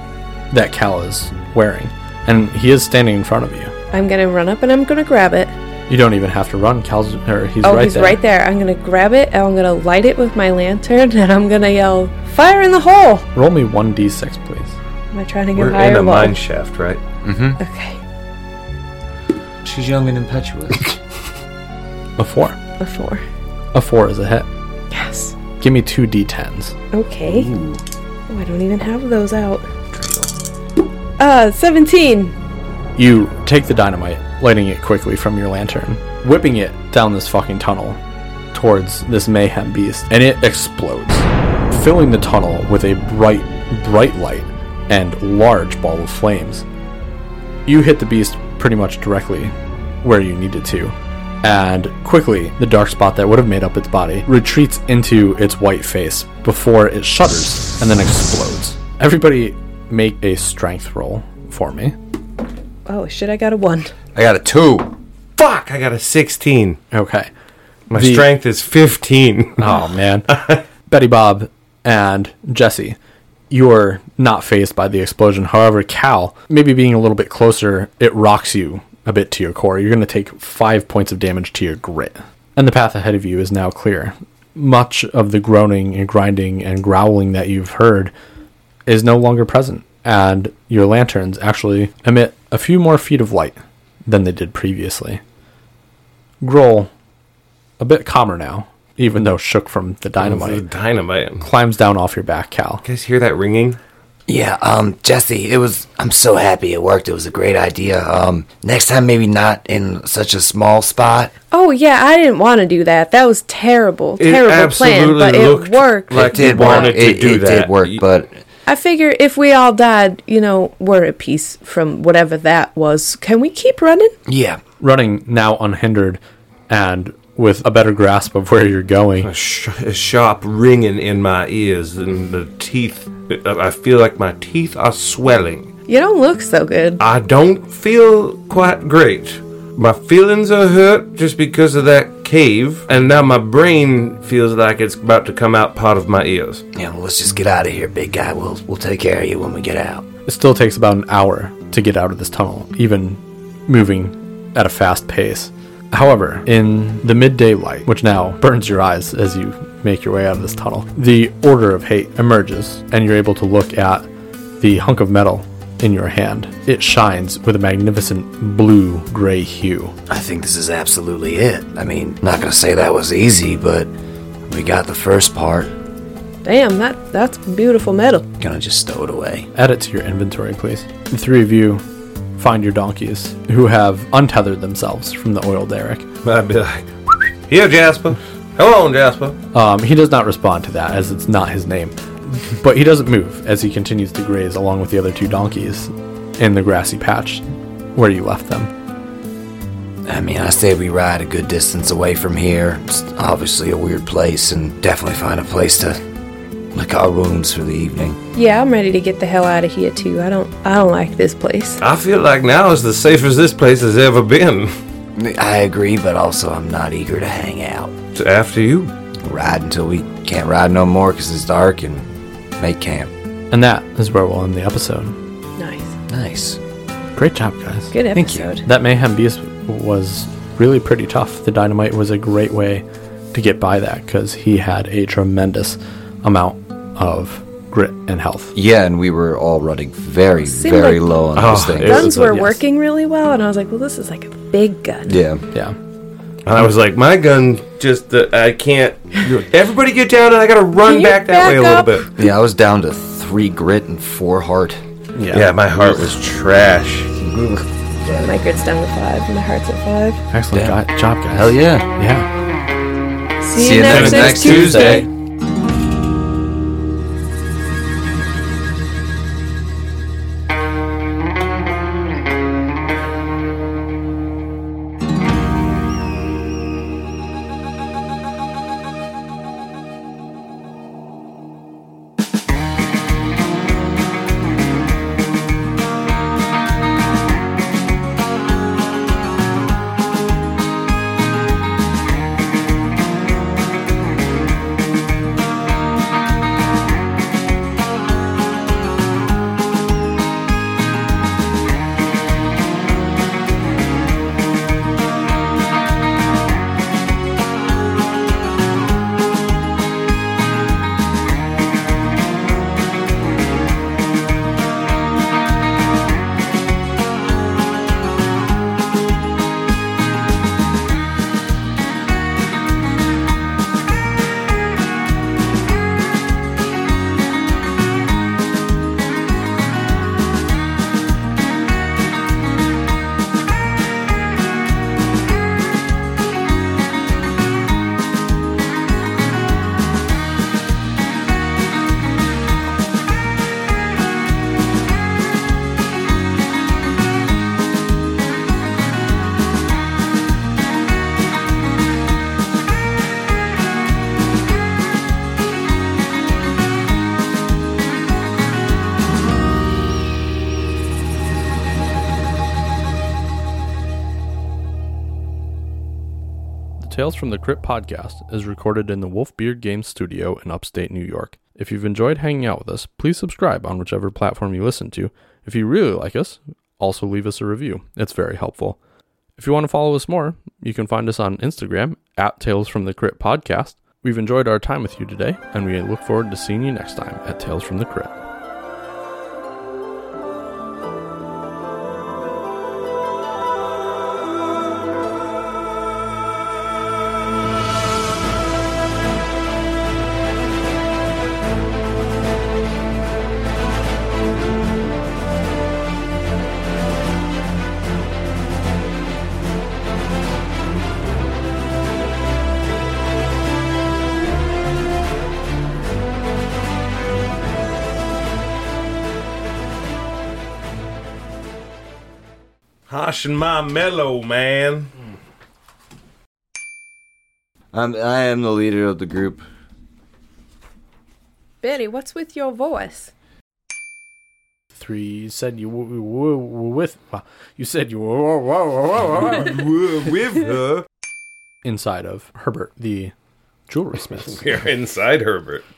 Speaker 1: that Cal is wearing. And he is standing in front of you.
Speaker 3: I'm gonna run up and I'm gonna grab it.
Speaker 1: You don't even have to run. Cal's, or he's
Speaker 3: oh,
Speaker 1: right
Speaker 3: he's
Speaker 1: there.
Speaker 3: right there. I'm gonna grab it and I'm gonna light it with my lantern [laughs] and I'm gonna yell, "Fire in the hole!"
Speaker 1: Roll me 1d6, please.
Speaker 3: Am I trying to get
Speaker 2: We're
Speaker 3: higher?
Speaker 2: in a
Speaker 3: or lower?
Speaker 2: mine shaft, right?
Speaker 3: Okay,
Speaker 4: She's young and impetuous.
Speaker 1: A 4.
Speaker 3: a four.
Speaker 1: A 4 is a hit.
Speaker 3: Yes.
Speaker 1: Give me 2d10s.
Speaker 3: Okay. Oh, I don't even have those out. Uh, 17.
Speaker 1: You take the dynamite, lighting it quickly from your lantern, whipping it down this fucking tunnel towards this mayhem beast, and it explodes, filling the tunnel with a bright, bright light and large ball of flames. You hit the beast pretty much directly where you needed to, and quickly the dark spot that would have made up its body retreats into its white face before it shudders and then explodes. Everybody make a strength roll for me.
Speaker 3: Oh, shit, I got a 1.
Speaker 4: [laughs] I got a two.
Speaker 2: Fuck, I got a 16.
Speaker 1: Okay.
Speaker 2: My
Speaker 1: The-
Speaker 2: strength is
Speaker 5: [laughs]
Speaker 2: 15.
Speaker 1: [laughs] Oh man. Betty Bob and Jesse, you're not phased by the explosion. However, Cal, maybe being a little bit closer, it rocks you a bit to your core. You're going to take five points of damage to your grit. And the path ahead of you is now clear. Much of the groaning and grinding and growling that you've heard is no longer present, and your lanterns actually emit a few more feet of light than they did previously. Grohl, a bit calmer now, even though shook from the
Speaker 2: The
Speaker 1: dynamite
Speaker 2: dynamite.
Speaker 1: climbs down off your back, Cal.
Speaker 2: You guys hear that ringing?
Speaker 5: Yeah, um, Jesse, it was. I'm so happy it worked. It was a great idea. Um, next time maybe not in such a small spot.
Speaker 3: Oh, yeah, I didn't want to do that. That was terrible, terrible plan, but it
Speaker 2: looked
Speaker 3: worked.
Speaker 2: Like
Speaker 5: Did
Speaker 2: you wanted
Speaker 5: work.
Speaker 2: to
Speaker 5: it,
Speaker 2: do
Speaker 5: it
Speaker 2: that.
Speaker 5: did work,
Speaker 2: You-
Speaker 5: but
Speaker 3: I figure if we all died, you know, we're at peace from whatever that was. Can we keep running?
Speaker 5: yeah,
Speaker 1: running now unhindered and with a better grasp of where you're going.
Speaker 2: a, sh- a sharp ringing in my ears and the teeth. I I feel like my teeth are swelling.
Speaker 3: You don't look so good.
Speaker 2: I don't feel quite great. My feelings are hurt just because of that cave, and now my brain feels like it's about to come out part of my ears.
Speaker 5: yeah. Well, let's just get out of here, big guy. We'll we'll take care of you when we get out.
Speaker 1: It still takes about an hour to get out of this tunnel, even moving at a fast pace. However, in the midday light, which now burns your eyes as you make your way out of this tunnel, the Order of Hate emerges, and you're able to look at the hunk of metal in your hand. It shines with a magnificent blue gray hue.
Speaker 5: I think this is absolutely it. I mean, not gonna say that was easy, but we got the first part.
Speaker 3: Damn, that that's beautiful metal.
Speaker 5: Gonna just stow it away.
Speaker 1: Add it to your inventory, please. The three of you find your donkeys, who have untethered themselves from the oil derrick.
Speaker 2: I'd be like, here, Jasper. Come on, Jasper.
Speaker 1: Um, he does not respond to that, as it's not his name. But he doesn't move as he continues to graze along with the other two donkeys in the grassy patch where you left them.
Speaker 5: I mean, I say we ride a good distance away from here. It's obviously a weird place, and definitely find a place to lick our wounds for the evening.
Speaker 3: Yeah, I'm ready to get the hell out of here too. I don't I don't like this place.
Speaker 2: I feel like now is the safest this place has ever been.
Speaker 5: I agree, but also I'm not eager to hang out.
Speaker 2: It's after you.
Speaker 5: Ride until we can't ride no more because it's dark and make camp.
Speaker 1: And that is where we'll end the episode.
Speaker 3: Nice.
Speaker 5: Nice.
Speaker 1: Great job, guys.
Speaker 3: Good
Speaker 1: Thank you.
Speaker 3: episode.
Speaker 1: That Mayhem Beast was really pretty tough. The dynamite was a great way to get by that because he had a tremendous amount of grit and health.
Speaker 4: Yeah, and we were all running very,
Speaker 3: Seemed
Speaker 4: very
Speaker 3: like-
Speaker 4: low on those
Speaker 1: Oh,
Speaker 4: things.
Speaker 1: it was-
Speaker 3: Guns were
Speaker 1: yes.
Speaker 3: working really well and I was like, well this is like a big gun.
Speaker 4: Yeah.
Speaker 1: Yeah.
Speaker 2: And I was like, my gun just, uh, I can't. Everybody get down and I gotta run
Speaker 3: you
Speaker 2: back that way a
Speaker 3: back
Speaker 2: little bit.
Speaker 4: Yeah, I was down to three grit and four heart.
Speaker 2: Yeah. my heart was trash.
Speaker 3: Yeah, my grit's down to five, my heart's at five.
Speaker 1: Excellent go- job, guys.
Speaker 4: Hell yeah.
Speaker 1: Yeah.
Speaker 3: See,
Speaker 4: See you next, next Tuesday.
Speaker 1: The Tales from the Crypt podcast is recorded in the Wolfbeard Games studio in upstate New York. If you've enjoyed hanging out with us, please subscribe on whichever platform you listen to. If you really like us, also leave us a review. It's very helpful. If you want to follow us more, you can find us on Instagram at Tales from the Crypt podcast. We've enjoyed our time with you today, and we look forward to seeing you next time at Tales from the Crypt.
Speaker 2: Hosh and my mellow, man.
Speaker 4: I'm, I am the leader of the group.
Speaker 3: Betty, what's with your voice?
Speaker 6: Three you said you w- w- w- with. wow. You said you. were- were- were- were- were-
Speaker 1: [laughs]
Speaker 6: were.
Speaker 2: With her. [laughs]
Speaker 1: Inside of Herbert, the jewelry smith.
Speaker 6: [laughs]
Speaker 2: We're inside Herbert.